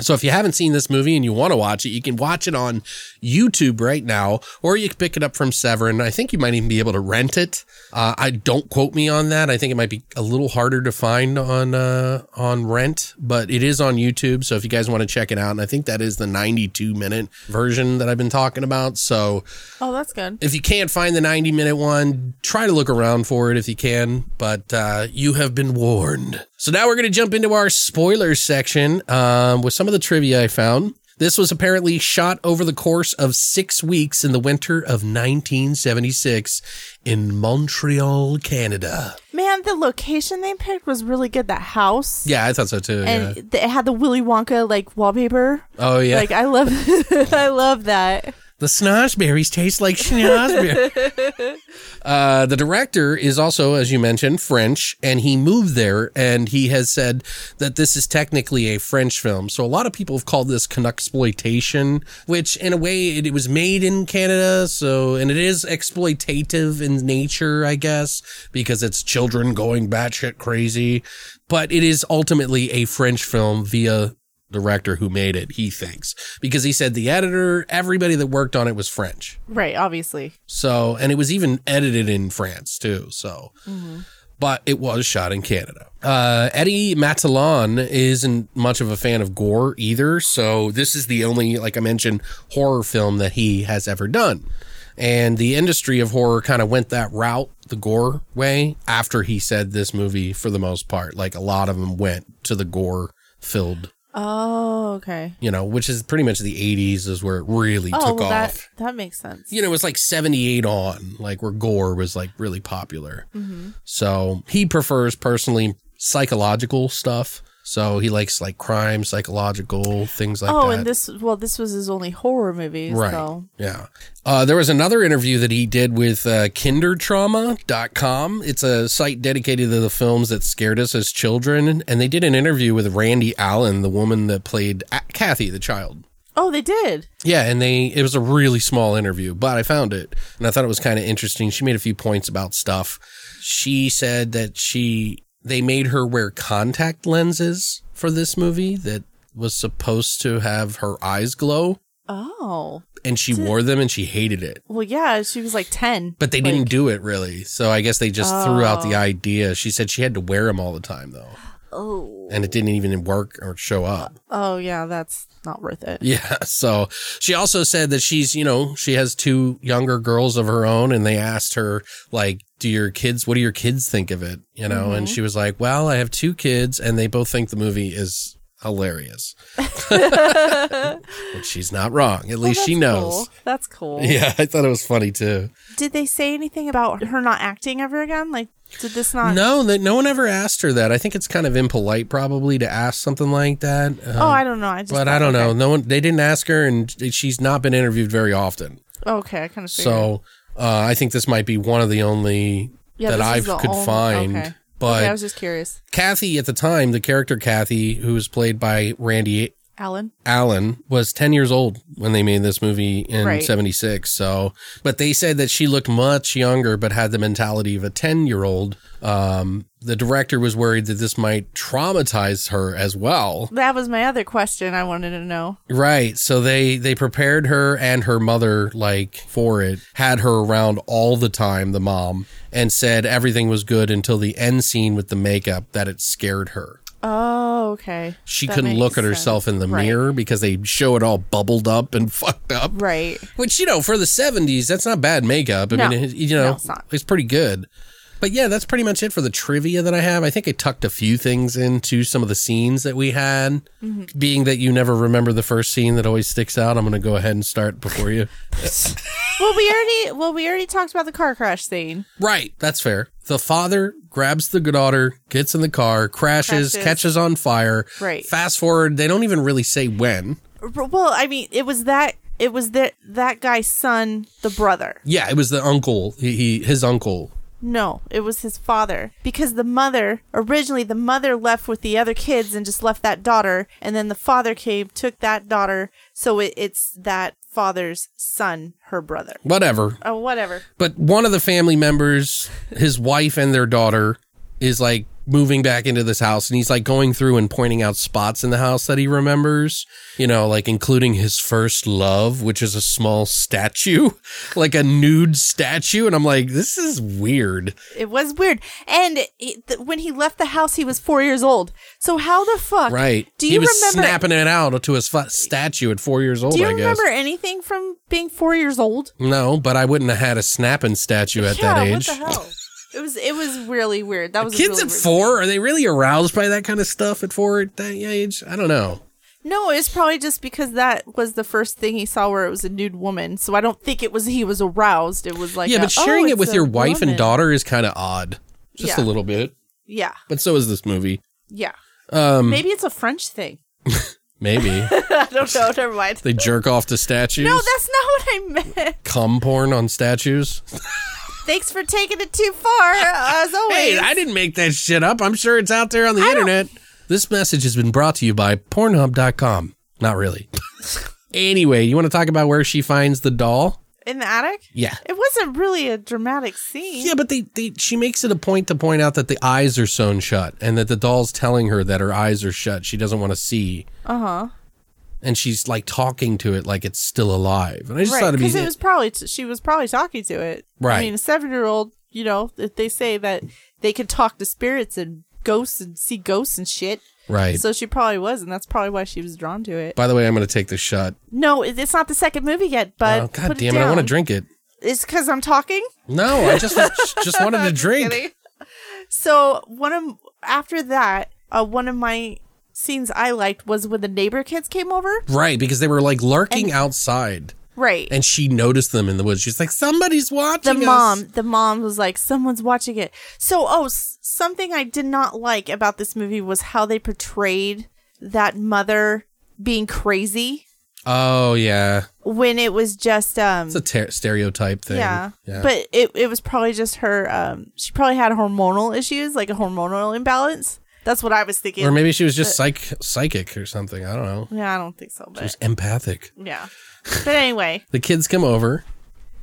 Speaker 1: So if you haven't seen this movie and you want to watch it, you can watch it on YouTube right now, or you can pick it up from Severin. I think you might even be able to rent it. Uh, I don't quote me on that. I think it might be a little harder to find on uh, on rent, but it is on YouTube. So if you guys want to check it out, and I think that is the 92 minute version that I've been talking about. So
Speaker 2: Oh, that's good.
Speaker 1: if you can't find the 90 minute one, try to look around for it if you can, but uh, you have been warned. So now we're going to jump into our spoiler section um, with some of the trivia I found. This was apparently shot over the course of six weeks in the winter of 1976 in Montreal, Canada.
Speaker 2: Man, the location they picked was really good. That house.
Speaker 1: Yeah, I thought so too.
Speaker 2: And
Speaker 1: yeah.
Speaker 2: th- it had the Willy Wonka like wallpaper.
Speaker 1: Oh, yeah.
Speaker 2: Like I love, (laughs) I love that.
Speaker 1: The snozberries taste like schnozberry. uh, the director is also, as you mentioned, French, and he moved there, and he has said that this is technically a French film. So a lot of people have called this exploitation, which in a way it, it was made in Canada, so and it is exploitative in nature, I guess, because it's children going batshit crazy. But it is ultimately a French film via director who made it, he thinks, because he said the editor, everybody that worked on it was French.
Speaker 2: Right. Obviously.
Speaker 1: So, and it was even edited in France too. So,
Speaker 2: Mm-hmm.
Speaker 1: but it was shot in Canada. Uh, Eddie Matalon isn't much of a fan of gore either. So, this is the only, like I mentioned, horror film that he has ever done. And the industry of horror kind of went that route, the gore way, after he said this movie for the most part. Like a lot of them went to the gore filled
Speaker 2: Oh, okay.
Speaker 1: you know, which is pretty much the 80s is where it really
Speaker 2: Oh,
Speaker 1: took
Speaker 2: well,
Speaker 1: off.
Speaker 2: that that makes sense.
Speaker 1: you know, it was like 78 on, like where gore was like really popular.
Speaker 2: Mm-hmm.
Speaker 1: So he prefers personally psychological stuff. So he likes like crime, psychological things like that.
Speaker 2: oh, and this well, this was his only horror movie.
Speaker 1: Right.
Speaker 2: So.
Speaker 1: Yeah. Uh, there was another interview that he did with uh, kindertrauma.com. It's a site dedicated to the films that scared us as children. And they did an interview with Randy Allen, the woman that played A- Kathy, the child.
Speaker 2: Oh, they did.
Speaker 1: Yeah, and they it was a really small interview, but I found it and I thought it was kind of interesting. She made a few points about stuff. She said that she they made her wear contact lenses for this movie that was supposed to have her eyes glow
Speaker 2: Oh.
Speaker 1: and she wore them and she hated it.
Speaker 2: Well, yeah, she was like 10.
Speaker 1: But they didn't do it really. So I guess they just threw out the idea. She said she had to wear them all the time though.
Speaker 2: Oh.
Speaker 1: and it didn't even work or show up.
Speaker 2: Oh yeah, that's not worth it.
Speaker 1: Yeah. So she also said that she's, you know, she has two younger girls of her own and they asked her, like, do your kids, what do your kids think of it? You know,
Speaker 2: Mm-hmm.
Speaker 1: and she was like, well, I have two kids and they both think the movie is
Speaker 2: (laughs)
Speaker 1: hilarious. Which she's not wrong. At
Speaker 2: Well,
Speaker 1: least she
Speaker 2: Oh, that's
Speaker 1: knows.
Speaker 2: cool. That's cool.
Speaker 1: Yeah. I thought it was funny too.
Speaker 2: Did they say anything about her not acting ever again? Like, did this not?
Speaker 1: No, that no one ever asked her that. I think it's kind of impolite probably to ask something like that.
Speaker 2: Oh,
Speaker 1: Um,
Speaker 2: I don't know. I just.
Speaker 1: but I don't know. No one, they didn't ask her and she's not been interviewed very often.
Speaker 2: Okay, I kind of.
Speaker 1: So uh, I think this might be one of the only
Speaker 2: Yeah,
Speaker 1: that
Speaker 2: this is
Speaker 1: I
Speaker 2: the
Speaker 1: could
Speaker 2: only-
Speaker 1: find.
Speaker 2: okay.
Speaker 1: But
Speaker 2: I was just curious,
Speaker 1: Kathy at the time, the character Kathy, who was played by Randy
Speaker 2: Alan.
Speaker 1: Allen, was 10 years old when they made this movie in
Speaker 2: Right.
Speaker 1: 76. So, but they said that she looked much younger, but had the mentality of a 10 year old. Um, the director was worried that this might traumatize her as well.
Speaker 2: That was my other question. I wanted to know.
Speaker 1: Right. So they they prepared her and her mother like for it. Had her around all the time, the mom, and said everything was good until the end scene with the makeup that it scared her.
Speaker 2: Oh, okay.
Speaker 1: She
Speaker 2: That
Speaker 1: couldn't
Speaker 2: makes
Speaker 1: look at
Speaker 2: sense.
Speaker 1: herself in the
Speaker 2: Right.
Speaker 1: mirror because they show it all bubbled up and (laughs) fucked up.
Speaker 2: Right.
Speaker 1: Which you know, for the 70s, that's not bad makeup. I
Speaker 2: No.
Speaker 1: mean, it- you know,
Speaker 2: No, it's not.
Speaker 1: it's pretty good. But yeah, that's pretty much it for the trivia that I have. I think I tucked a few things into some of the scenes that we had.
Speaker 2: Mm-hmm.
Speaker 1: Being that you never remember the first scene that always sticks out, I'm going to go ahead and start before you.
Speaker 2: Well, we already well we already talked about the car crash scene.
Speaker 1: right, that's fair. The father grabs the daughter, gets in the car, crashes,
Speaker 2: Crashes.
Speaker 1: catches on fire.
Speaker 2: Right.
Speaker 1: Fast forward, they don't even really say when.
Speaker 2: R- Well, I mean, it was that it was that that guy's son, the brother.
Speaker 1: Yeah, it was the uncle. He, he his uncle
Speaker 2: No, it was his father because the mother originally the mother left with the other kids and just left that daughter, and then the father came, took that daughter. So it, it's that father's son, her brother.
Speaker 1: whatever
Speaker 2: Oh, whatever.
Speaker 1: but one of the family members, his wife and their daughter, is like moving back into this house and he's like going through and pointing out spots in the house that he remembers, you know, like including his first love, which is a small statue, (laughs) like a nude statue. And I'm like, this is weird.
Speaker 2: It was weird. And it, th- when he left the house, he was four years old. So how the fuck?
Speaker 1: Right.
Speaker 2: Do
Speaker 1: he
Speaker 2: you
Speaker 1: was
Speaker 2: remember?
Speaker 1: snapping it out to his fu- statue at four years old,
Speaker 2: do you
Speaker 1: I guess.
Speaker 2: remember anything from being four years old?
Speaker 1: No, but I wouldn't have had a snapping statue at
Speaker 2: yeah.
Speaker 1: that age.
Speaker 2: What the hell? it was. It was really weird. That was a
Speaker 1: Kids
Speaker 2: really
Speaker 1: at
Speaker 2: weird-
Speaker 1: four, are they really aroused by that kind of stuff at four at that age? I don't know.
Speaker 2: No, it's probably just because that was the first thing he saw where it was a nude woman. So I don't think it was he was aroused. It was like
Speaker 1: yeah,
Speaker 2: a,
Speaker 1: but sharing
Speaker 2: "Oh,
Speaker 1: it
Speaker 2: it's
Speaker 1: with
Speaker 2: a
Speaker 1: your wife
Speaker 2: woman."
Speaker 1: and daughter is kind of odd, just
Speaker 2: Yeah.
Speaker 1: a little bit.
Speaker 2: Yeah,
Speaker 1: But so is this movie.
Speaker 2: yeah.
Speaker 1: Um,
Speaker 2: Maybe it's a French thing.
Speaker 1: maybe
Speaker 2: (laughs) I don't know. Never mind.
Speaker 1: they jerk off to statues.
Speaker 2: No, that's not what I meant.
Speaker 1: cum porn on statues.
Speaker 2: Thanks for taking it too far, as always.
Speaker 1: Hey, I didn't make that shit up. I'm sure it's out there on the
Speaker 2: I don't-
Speaker 1: internet. This message has been brought to you by Pornhub.com. Not really. (laughs) anyway, you want to talk about where she finds the doll?
Speaker 2: in the attic.
Speaker 1: Yeah.
Speaker 2: It wasn't really a dramatic scene.
Speaker 1: Yeah, but they, they she makes it a point to point out that the eyes are sewn shut and that the doll's telling her that her eyes are shut. She doesn't want to see.
Speaker 2: Uh huh.
Speaker 1: and she's like talking to it like it's still alive. And I just
Speaker 2: Right,
Speaker 1: thought it'd
Speaker 2: because
Speaker 1: be
Speaker 2: it was probably t- she was probably talking to it.
Speaker 1: Right.
Speaker 2: I mean, a seven-year-old. You know, if they say that they can talk to spirits and ghosts and see ghosts and shit.
Speaker 1: right.
Speaker 2: So she probably was, and that's probably why she was drawn to it.
Speaker 1: By the way, I'm going to take this shot.
Speaker 2: No, it- it's not the second movie yet. But
Speaker 1: Oh, God
Speaker 2: Uh, put
Speaker 1: damn it! I
Speaker 2: down.
Speaker 1: want to drink it.
Speaker 2: It's because I'm talking.
Speaker 1: No, I just
Speaker 2: (laughs)
Speaker 1: was- just wanted to drink.
Speaker 2: So one of after that, uh, one of my scenes I liked was when the neighbor kids came over.
Speaker 1: Right, because they were like lurking outside,
Speaker 2: Right.
Speaker 1: and she noticed them in the woods. She's like, "Somebody's
Speaker 2: the
Speaker 1: watching." us."
Speaker 2: mom the mom was like someone's watching it so oh s- something i did not like about this movie was how they portrayed that mother being crazy
Speaker 1: Oh yeah,
Speaker 2: when it was just um
Speaker 1: it's a ter- stereotype thing.
Speaker 2: yeah. but it, it was probably just her um she probably had hormonal issues like a hormonal imbalance that's what i was thinking
Speaker 1: or maybe she was just psych psychic or something. I don't know.
Speaker 2: yeah i don't think so but
Speaker 1: She was empathic.
Speaker 2: yeah but anyway
Speaker 1: The kids come over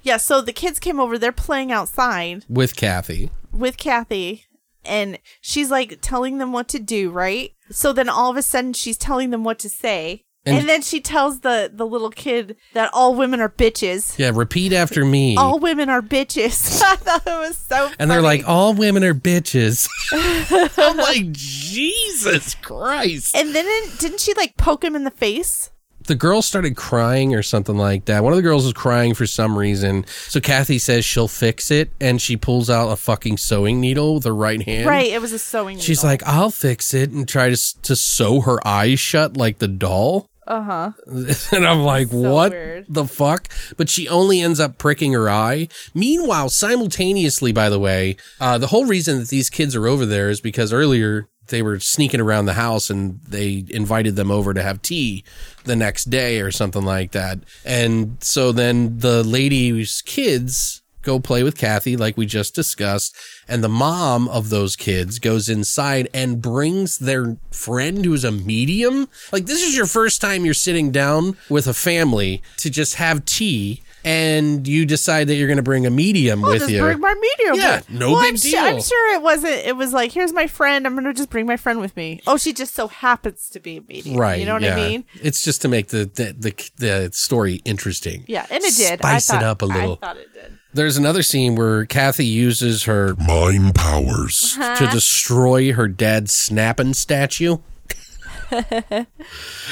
Speaker 2: yeah so the kids came over they're playing outside
Speaker 1: with Kathy.
Speaker 2: with Kathy and she's like telling them what to do, right? So then all of a sudden she's telling them what to say.
Speaker 1: And-
Speaker 2: And, then she tells the the little kid that all women are bitches.
Speaker 1: Yeah, repeat after me.
Speaker 2: All women are (laughs) bitches. I thought it was so
Speaker 1: and they're
Speaker 2: Oh, funny. (laughs)
Speaker 1: like, all women are bitches. (laughs) I'm like,
Speaker 4: Jesus Christ.
Speaker 2: And then it- didn't she like poke him in the face?
Speaker 1: the girl started crying or something like that. One of the girls was crying for some reason. So Kathy says she'll fix it and she pulls out a fucking sewing needle with her right hand.
Speaker 2: right, it was a sewing.
Speaker 1: She's like, "I'll fix it," and try to s- to sew her eyes shut like the doll.
Speaker 2: uh huh.
Speaker 1: (laughs) And I'm like,
Speaker 2: So
Speaker 1: "What
Speaker 2: weird.
Speaker 1: the fuck?" But she only ends up pricking her eye. Meanwhile, simultaneously, by the way, uh, the whole reason that these kids are over there is because earlier they were sneaking around the house and they invited them over to have tea the next day or something like that. And so then the lady's kids go play with Kathy, like we just discussed. And the mom of those kids goes inside and brings their friend who's a medium. Like, this is your first time you're sitting down with a family to just have tea. And you decide that you're going to bring a medium
Speaker 2: I'll
Speaker 1: with
Speaker 2: Oh, just
Speaker 1: you.
Speaker 2: bring my meteor.
Speaker 1: Yeah,
Speaker 2: with-
Speaker 1: no
Speaker 2: well,
Speaker 1: big
Speaker 2: I'm su- I'm
Speaker 1: deal.
Speaker 2: sure it wasn't. It was like, here's my friend. I'm gonna just bring my friend with me. Oh, she just so happens to be a medium.
Speaker 1: right.
Speaker 2: You know what
Speaker 1: yeah.
Speaker 2: I mean?
Speaker 1: It's just to make the the, the, the story interesting.
Speaker 2: Yeah, and it did.
Speaker 1: Spice
Speaker 2: I thought,
Speaker 1: it up a
Speaker 2: I
Speaker 1: little.
Speaker 2: thought it did.
Speaker 1: There's another scene where Kathy uses her
Speaker 3: Mime powers.
Speaker 2: Uh-huh.
Speaker 1: to destroy her dad's snapping
Speaker 2: (laughs)
Speaker 1: statue.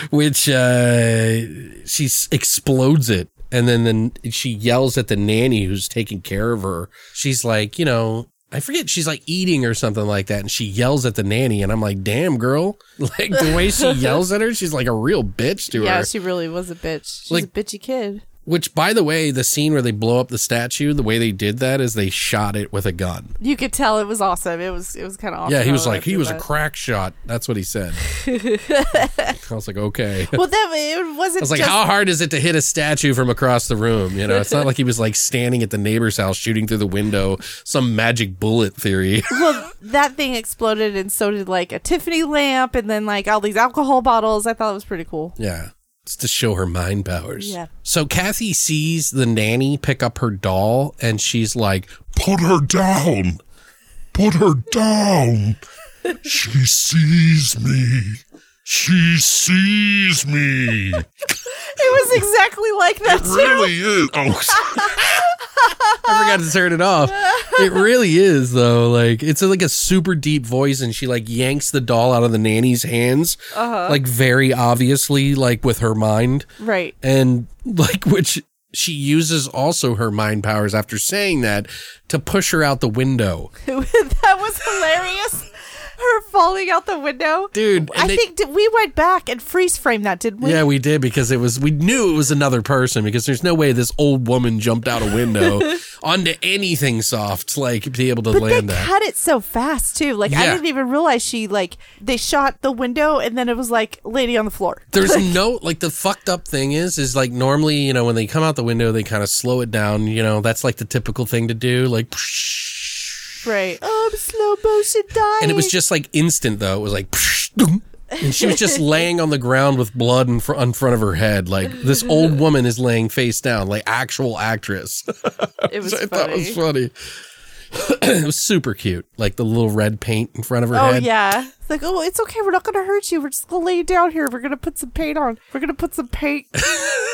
Speaker 1: Which uh, she s- explodes it, and then then she yells at the nanny who's taking care of her. She's like, you know, I forget. She's like eating or something like that, and she yells at the nanny, and I'm like, damn girl, (laughs) like the way
Speaker 2: (laughs)
Speaker 1: she yells at her, she's like a real bitch to
Speaker 2: Yeah,
Speaker 1: her.
Speaker 2: she really was a bitch. She's
Speaker 1: Like-
Speaker 2: a bitchy kid.
Speaker 1: Which, by the way, the scene where they blow up the statue, the way they did that is they shot it with a gun.
Speaker 2: You could tell it was awesome. It was it was kind of awesome.
Speaker 1: Yeah, he
Speaker 2: I
Speaker 1: was
Speaker 2: loved
Speaker 1: like, he
Speaker 2: it,
Speaker 1: was a
Speaker 2: but-
Speaker 1: crack shot. That's what he
Speaker 2: (laughs)
Speaker 1: said. I was like, okay. I
Speaker 2: Well, that it wasn't.
Speaker 1: was like,
Speaker 2: just,
Speaker 1: how hard is it to hit a statue from across the room? You know, it's not like he was like standing at the neighbor's house shooting through the window, some magic bullet theory. (laughs)
Speaker 2: well, that thing exploded, and so did like a Tiffany lamp, and then like all these alcohol bottles. I thought it was
Speaker 1: (laughs)
Speaker 2: pretty cool.
Speaker 1: yeah. It's to show her mind powers.
Speaker 2: Yeah.
Speaker 1: So Kathy sees the nanny pick up her doll and she's like,
Speaker 3: Put her down. Put her down. She sees me. She sees me.
Speaker 2: It was exactly like that too.
Speaker 3: Really is. Oh, (laughs)
Speaker 1: I forgot to turn it off.
Speaker 2: (laughs)
Speaker 1: It really is though. Like it's like a super deep voice, and she like yanks the doll out of the nanny's hands,
Speaker 2: Uh-huh.
Speaker 1: like very obviously, like with her mind,
Speaker 2: (laughs) Right. (laughs)
Speaker 1: and like which she uses also her mind powers after saying that to push her out the window,
Speaker 2: that was hilarious. Her falling out the window.
Speaker 1: dude. and
Speaker 2: I
Speaker 1: they-
Speaker 2: think did, we went back and freeze framed that, didn't we?
Speaker 1: Yeah, we did because it was we knew it was another person because there's no way this old woman jumped out a window
Speaker 2: (laughs)
Speaker 1: onto anything soft like to be able to
Speaker 2: but they
Speaker 1: land that.
Speaker 2: cut it so fast too. Like I
Speaker 1: Yeah.
Speaker 2: didn't even realize she like they shot the window and then it was like lady on the floor.
Speaker 1: There's no like the fucked up thing is is like normally you know when they come out the window they kind of slow it down you know that's like the typical thing to do like (laughs)
Speaker 2: Right. Oh, I'm slow motion dying.
Speaker 1: and it was just like instant though it was like (laughs) and she was
Speaker 2: (laughs)
Speaker 1: just laying on the ground with blood in, fr- in front of her head like this
Speaker 2: (laughs)
Speaker 1: old woman is laying face down like actual actress (laughs)
Speaker 2: it was
Speaker 1: So I thought it was funny (clears throat) it was super cute like the little red paint in front of her
Speaker 2: Oh
Speaker 1: head
Speaker 2: yeah. It's like, oh, it's okay. We're not gonna hurt you. We're just gonna lay you down here. We're gonna put some paint on. We're gonna put some
Speaker 1: (laughs)
Speaker 2: paint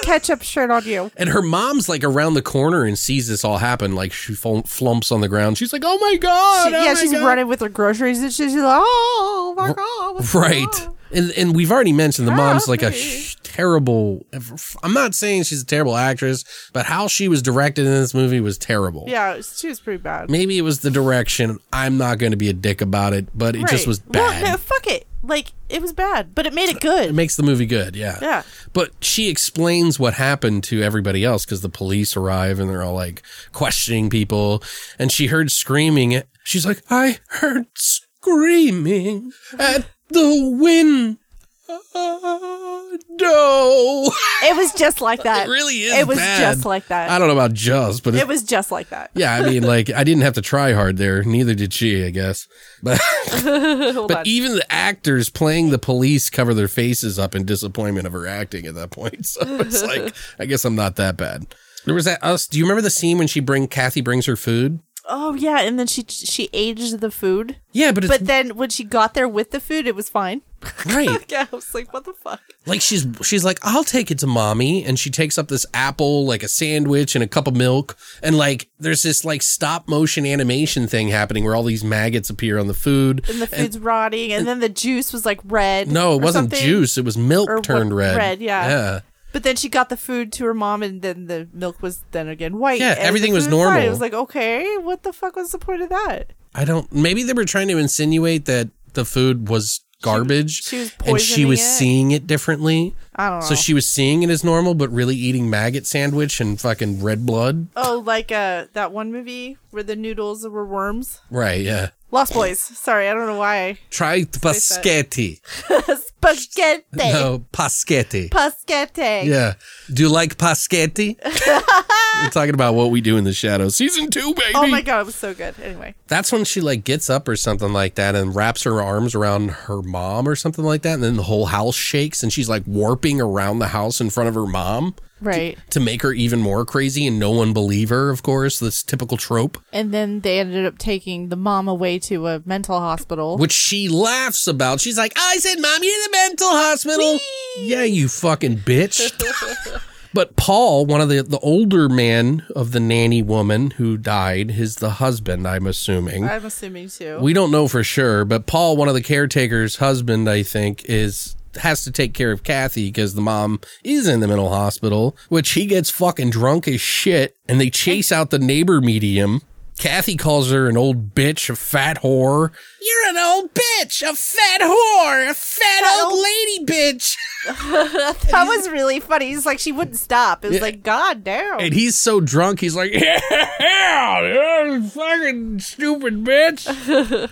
Speaker 2: ketchup shirt on you.
Speaker 1: And her mom's like around the corner and sees this all happen. Like she fl- flumps on the ground. She's like, "Oh my god!"
Speaker 2: She-
Speaker 1: oh
Speaker 2: yeah,
Speaker 1: my
Speaker 2: she's
Speaker 1: God."
Speaker 2: running with her groceries and she's like, oh my god, what's going
Speaker 1: right
Speaker 2: on?
Speaker 1: and and we've already mentioned the mom's like a
Speaker 2: Happy.
Speaker 1: sh- terrible i'm not saying she's a terrible actress but how she was directed in this movie was terrible
Speaker 2: Yeah, it was- she was pretty bad.
Speaker 1: maybe it was the direction i'm not going to be a dick about it but it just
Speaker 2: Right.
Speaker 1: was bad
Speaker 2: Well, no, fuck it. Like it was bad, but it made it good.
Speaker 1: it makes the movie good yeah
Speaker 2: Yeah.
Speaker 1: but she explains what happened to everybody else because the police arrive and they're all like questioning people and she heard screaming she's like i heard screaming at the window
Speaker 2: It was just like
Speaker 1: (laughs)
Speaker 2: that.
Speaker 1: It really is.
Speaker 2: It was
Speaker 1: bad.
Speaker 2: just like that.
Speaker 1: I don't know about just, but
Speaker 2: It
Speaker 1: it,
Speaker 2: was just like that.
Speaker 1: yeah, I mean, like I didn't have to try hard there. Neither did she, I guess. But
Speaker 2: Hold on.
Speaker 1: but even the actors playing the police cover their faces up in disappointment of her acting at that point. (laughs) So it's like, I guess I'm not that bad. There was that us. Do you remember the scene when she bring Kathy brings her food?
Speaker 2: Oh yeah, and then she she aged the food.
Speaker 1: Yeah, but it's
Speaker 2: But then when she got there with the food, it was fine.
Speaker 1: (laughs) right.
Speaker 2: (laughs) yeah, I was like, what the fuck?
Speaker 1: Like she's she's like, I'll take it to mommy, and she takes up this apple, like a sandwich and a cup of milk, and like there's this like stop motion animation thing happening where all these maggots appear on the food.
Speaker 2: And the food's rotting, and then the juice was like red.
Speaker 1: No, it
Speaker 2: or
Speaker 1: wasn't
Speaker 2: something.
Speaker 1: juice; it was milk
Speaker 2: Or what-
Speaker 1: turned red.
Speaker 2: red, yeah.
Speaker 1: yeah.
Speaker 2: But then she got the food to her mom, and then the milk was then again white.
Speaker 1: Yeah,
Speaker 2: and the
Speaker 1: everything was
Speaker 2: food white.
Speaker 1: normal.
Speaker 2: It was like, okay, what the fuck was the point of that?
Speaker 1: I don't. Maybe they were trying to insinuate that the food was garbage,
Speaker 2: she was
Speaker 1: and she
Speaker 2: poisoning
Speaker 1: was
Speaker 2: it. Oh.
Speaker 1: seeing it differently.
Speaker 2: I don't know.
Speaker 1: So she was seeing it as normal, but really eating maggot sandwich and fucking red blood.
Speaker 2: oh, like uh, that one movie where the noodles were worms.
Speaker 1: Right? Yeah.
Speaker 2: Lost Boys. Sorry, I don't know why.
Speaker 1: Try
Speaker 2: that.
Speaker 1: paschetti.
Speaker 2: Spaghetti.
Speaker 1: No, paschetti.
Speaker 2: Paschette.
Speaker 1: Yeah. Do you like
Speaker 2: (laughs)
Speaker 1: paschetti? We're talking about what we do in the shadows, season two, baby.
Speaker 2: Oh my god, it was so good. Anyway,
Speaker 1: That's when she like gets up or something like that and wraps her arms around her mom or something like that, and then the whole house shakes and she's like warping around the house in front of her mom.
Speaker 2: right.
Speaker 1: to make her even more crazy and no one believe her, of course, this typical trope,
Speaker 2: And then they ended up taking the mom away to a mental hospital.
Speaker 1: which she laughs about. She's like, I said, Mom, you're in the mental hospital. Yeah, you fucking bitch. but Paul, one of the, the older men of the nanny woman who died, is the husband, I'm assuming.
Speaker 2: I'm assuming too.
Speaker 1: we don't know for sure, but Paul, one of the caretakers' husband, I think, is has to take care of Kathy because the mom is in the mental hospital, which he gets fucking drunk as shit, and they chase out the neighbor medium. Kathy calls her an old bitch, a fat whore. You're an old bitch, a fat whore, a fat, old,
Speaker 2: old-
Speaker 1: lady bitch. (laughs)
Speaker 2: that was really funny. He's like, she wouldn't stop. It was
Speaker 1: Yeah.
Speaker 2: like, God damn.
Speaker 1: And he's so drunk, he's like, yeah, yeah, you fucking stupid (laughs) bitch.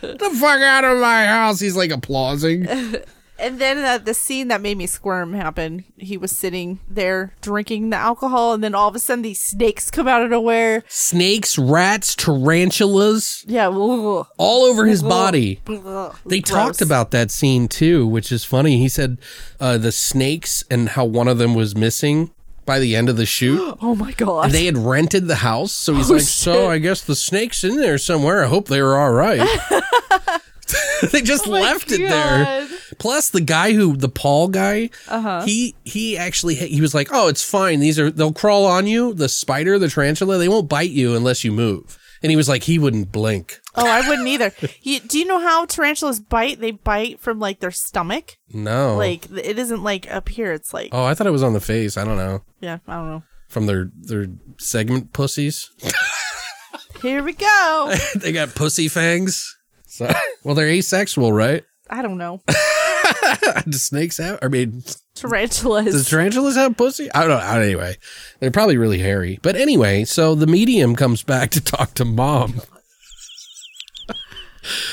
Speaker 1: Get the fuck out of my house. He's like applauding.
Speaker 2: And then uh, the scene that made me squirm happened. He was sitting there drinking the alcohol, and then all of a sudden these snakes come out of nowhere.
Speaker 1: snakes, rats, tarantulas,
Speaker 2: Yeah, ugh,
Speaker 1: all over his body.
Speaker 2: ugh,
Speaker 1: They
Speaker 2: gross.
Speaker 1: talked about that scene too, which is funny. He said uh, the snakes and how one of them was missing by the end of the shoot.
Speaker 2: (gasps) Oh my god! (laughs)
Speaker 1: They had rented the house, so he's like, "So I guess the snakes in there somewhere. I hope they were all right." (laughs) they just left it there.
Speaker 2: Oh God.
Speaker 1: Plus, the guy who the Paul guy, he he actually he was like, "Oh, it's fine. These are they'll crawl on you. The spider, the tarantula, they won't bite you unless you move." And he was like, he wouldn't blink.
Speaker 2: oh, I wouldn't either. You, do you know how tarantulas bite? They bite from like their stomach.
Speaker 1: No,
Speaker 2: Like th- it isn't like up here. It's like
Speaker 1: oh, I thought it was on the face. I don't know
Speaker 2: yeah, I don't know.
Speaker 1: from their their segment pussies. (laughs)
Speaker 2: Here we go.
Speaker 1: they got pussy fangs. So, (laughs) well, they're asexual, right? (laughs)
Speaker 2: I don't know.
Speaker 1: Do snakes have? I mean, Does
Speaker 2: Tarantulas.
Speaker 1: tarantulas have pussy? I don't know. I don't- Anyway, they're probably really hairy. But anyway, so the medium comes back (laughs) to talk to mom,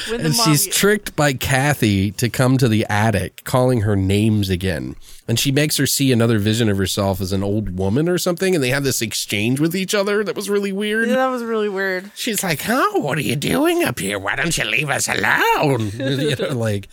Speaker 2: When the
Speaker 1: and
Speaker 2: mom,
Speaker 1: she's tricked by Kathy to come to the attic, calling her names again. And she makes her see another vision of herself as an old woman or something. And they have this exchange with each other that was really
Speaker 2: Yeah,
Speaker 1: weird.
Speaker 2: that was really weird.
Speaker 1: She's like, "Huh? What are you doing up here? Why don't you leave us alone?" you know, like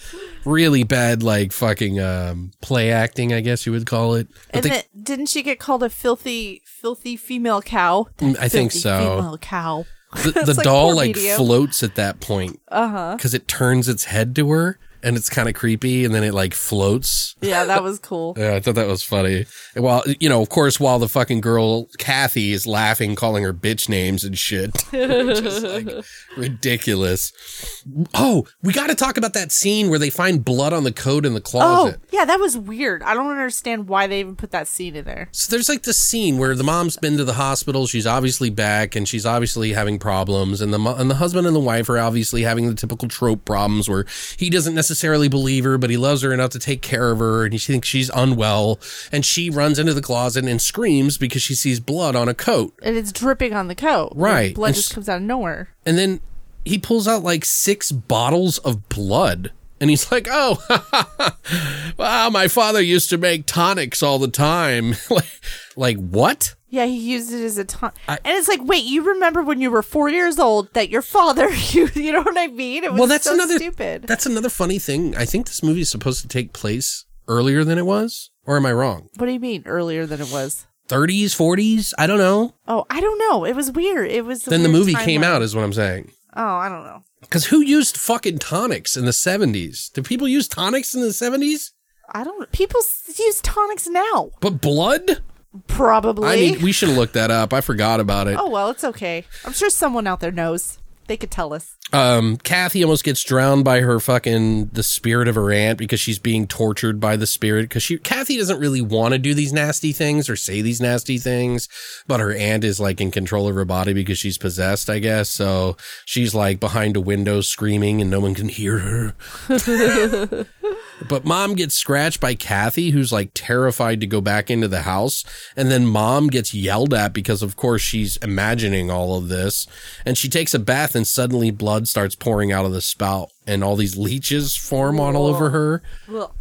Speaker 1: really bad, like fucking um, play acting, I guess you would call it. But
Speaker 2: And
Speaker 1: they-
Speaker 2: then didn't she get called a filthy, filthy female cow? That
Speaker 1: I Mm, think
Speaker 2: filthy
Speaker 1: so.
Speaker 2: Female cow.
Speaker 1: the, the
Speaker 2: It's like
Speaker 1: doll
Speaker 2: poor
Speaker 1: like
Speaker 2: medium.
Speaker 1: floats at that point because it turns its head to her and it's kind of creepy and then it like floats
Speaker 2: Yeah, that was cool.
Speaker 1: yeah i thought (laughs) that was funny and while you know of course while the fucking girl kathy is laughing calling her bitch names and shit (laughs) just like ridiculous oh we gotta talk about that scene where they find blood on the coat in the
Speaker 2: Oh,
Speaker 1: closet
Speaker 2: yeah, that was weird. I don't understand why they even put that scene in there.
Speaker 1: So there's like this scene where the mom's been to the hospital. She's obviously back, and she's obviously having problems. And the mo- and the husband and the wife are obviously having the typical trope problems where he doesn't necessarily believe her, but he loves her enough to take care of her, and he thinks she's unwell. And she runs into the closet and screams because she sees blood on a coat.
Speaker 2: And it's dripping on the coat.
Speaker 1: Right.
Speaker 2: Blood
Speaker 1: And
Speaker 2: just
Speaker 1: s-
Speaker 2: comes out of nowhere.
Speaker 1: And then he pulls out like six bottles of blood. And he's like, oh, (laughs) wow, my father used to make tonics all the time. (laughs) like, like, what?
Speaker 2: Yeah, he used it as a ton. and it's like, wait, you remember when you were four years old that your father, (laughs) you, you know what I mean? It was
Speaker 1: well, that's
Speaker 2: so
Speaker 1: another
Speaker 2: stupid.
Speaker 1: That's another funny thing. I think this movie is supposed to take place earlier than it was, or am I wrong?
Speaker 2: what do you mean earlier than it was?
Speaker 1: 30s, 40s. I don't know.
Speaker 2: Oh, I don't know. It was weird. It was. a
Speaker 1: Then the
Speaker 2: weird
Speaker 1: movie came
Speaker 2: timeline.
Speaker 1: out, is what I'm saying.
Speaker 2: Oh, I don't know.
Speaker 1: Because who used fucking tonics in the 70s? Did people use tonics in the 70s?
Speaker 2: I don't. People s- use tonics now,
Speaker 1: But blood?
Speaker 2: probably.
Speaker 1: I need. We should have looked that up. I forgot about it.
Speaker 2: oh well, it's okay. I'm sure someone out there knows. They could tell us.
Speaker 1: Um, Kathy almost gets drowned by her fucking the spirit of her aunt because she's being tortured by the spirit. Because she Kathy doesn't really want to do these nasty things or say these nasty things, but her aunt is like in control of her body because she's possessed, I guess. So she's like behind a window screaming, and no one can hear her. But mom gets scratched by Kathy, who's like terrified to go back into the house. And then mom gets yelled at because, of course, she's imagining all of this. And she takes a bath, and suddenly blood starts pouring out of the spout, and all these leeches form on all over her,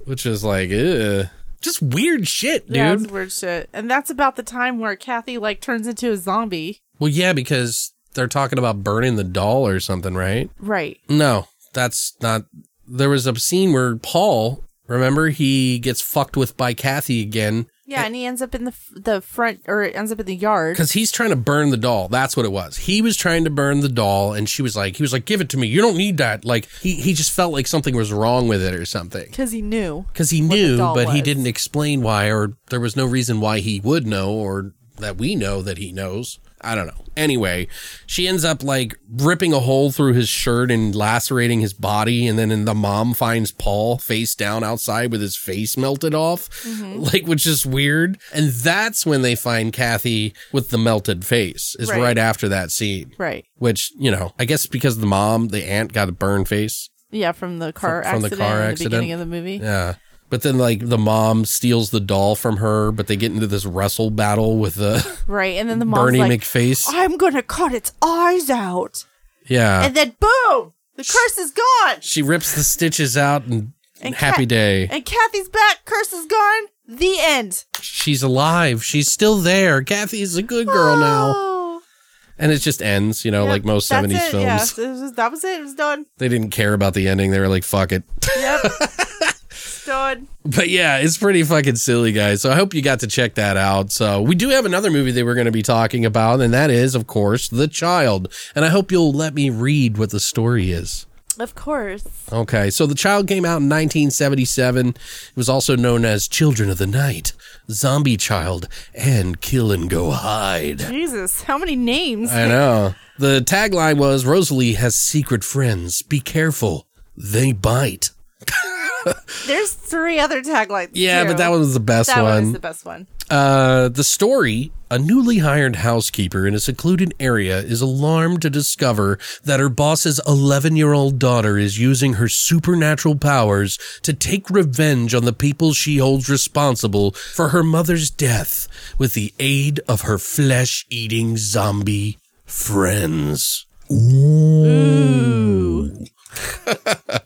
Speaker 1: which is like, ugh. Just weird shit, dude.
Speaker 2: Yeah, it's weird shit. And that's about the time where Kathy like turns into a zombie.
Speaker 1: well, yeah, because they're talking about burning the doll or something, right?
Speaker 2: Right.
Speaker 1: No, that's not. There was a scene where Paul, remember, he gets fucked with by Kathy again.
Speaker 2: Yeah, and he ends up in the f- the front or it ends up in the yard.
Speaker 1: because he's trying to burn the doll. That's what it was. He was trying to burn the doll, and she was like, he was like, give it to me. You don't need that. Like he he just felt like something was wrong with it or something.
Speaker 2: Because he knew.
Speaker 1: Because he
Speaker 2: the
Speaker 1: knew,
Speaker 2: doll
Speaker 1: but he
Speaker 2: was.
Speaker 1: didn't explain why, or there was no reason why he would know, or that we know that he knows. I don't know. Anyway, she ends up like ripping a hole through his shirt and lacerating his body. And then and the mom finds Paul face down outside with his face melted off,
Speaker 2: Mm-hmm.
Speaker 1: like, which is weird. And that's when they find Kathy with the melted face, is
Speaker 2: Right.
Speaker 1: right after that scene,
Speaker 2: Right.
Speaker 1: which, you know, I guess because the mom, the aunt got a burn face.
Speaker 2: Yeah, from the car
Speaker 1: From- from the
Speaker 2: accident.
Speaker 1: car
Speaker 2: in
Speaker 1: accident.
Speaker 2: The beginning of the movie.
Speaker 1: Yeah. But then like the mom steals the doll from her, but they get into this wrestle battle with the
Speaker 2: Right. And then the mom's
Speaker 1: Bernie
Speaker 2: like,
Speaker 1: McFace.
Speaker 2: "I'm gonna cut its eyes out,"
Speaker 1: yeah.
Speaker 2: and then boom, the curse is gone.
Speaker 1: she rips the stitches out and,
Speaker 2: And
Speaker 1: happy
Speaker 2: Kat-
Speaker 1: day.
Speaker 2: And Kathy's back. Curse is gone. The end.
Speaker 1: She's alive. She's still there. Kathy's a good girl now.
Speaker 2: Oh.
Speaker 1: And it just ends, you know, like most
Speaker 2: That's
Speaker 1: 70s
Speaker 2: it,
Speaker 1: films.
Speaker 2: yeah. It was- that was it. It was done.
Speaker 1: They didn't care about the ending. They were like, fuck it. (laughs)
Speaker 2: Yep. it's done.
Speaker 1: But yeah, it's pretty fucking silly, guys. So I hope you got to check that out. So we do have another movie that we're going to be talking about, and that is, of course, The Child. And I hope you'll let me read what the story is.
Speaker 2: Of course.
Speaker 1: Okay, so The Child came out in 1977. It was also known as Children of the Night, Zombie Child, and Kill and Go Hide.
Speaker 2: Jesus, how many names?
Speaker 1: I know. The tagline was Rosalie has secret friends. Be careful, they bite.
Speaker 2: There's three other taglines.
Speaker 1: Yeah,
Speaker 2: too.
Speaker 1: but that one was the best
Speaker 2: that
Speaker 1: one.
Speaker 2: one is the best one.
Speaker 1: Uh, the story a newly hired housekeeper in a secluded area is alarmed to discover that her boss's 11 year old daughter is using her supernatural powers to take revenge on the people she holds responsible for her mother's death with the aid of her flesh eating zombie friends. (laughs)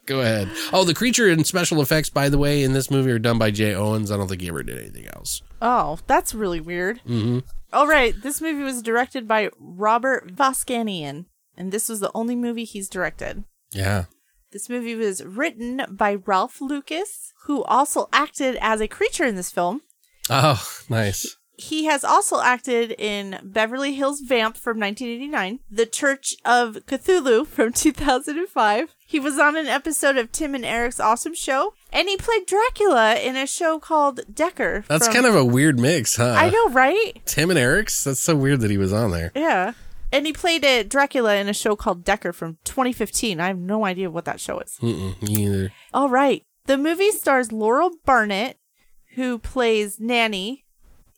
Speaker 1: Go ahead. Oh, the creature and special effects, by the way, in this movie are done by Jay Owens. I don't think he ever did anything else.
Speaker 2: Oh, that's really weird. Mm-hmm. All right, this movie was directed by Robert Voskanian, and this was the only movie he's directed.
Speaker 1: Yeah.
Speaker 2: This movie was written by Ralph Lucas, who also acted as a creature in this film.
Speaker 1: Oh, nice.
Speaker 2: He has also acted in Beverly Hills Vamp from 1989, The Church of Cthulhu from 2005. He was on an episode of Tim and Eric's Awesome Show, and he played Dracula in a show called Decker.
Speaker 1: That's uh,
Speaker 2: from-
Speaker 1: kind of a weird mix, huh?
Speaker 2: I know, right?
Speaker 1: Tim and Eric's. That's so weird that he was on there.
Speaker 2: Yeah. And he played uh, Dracula in a show called Decker from 2015. I have no idea what that show is.
Speaker 1: Mm-mm, me either.
Speaker 2: All right. The movie stars Laurel Barnett, who plays Nanny.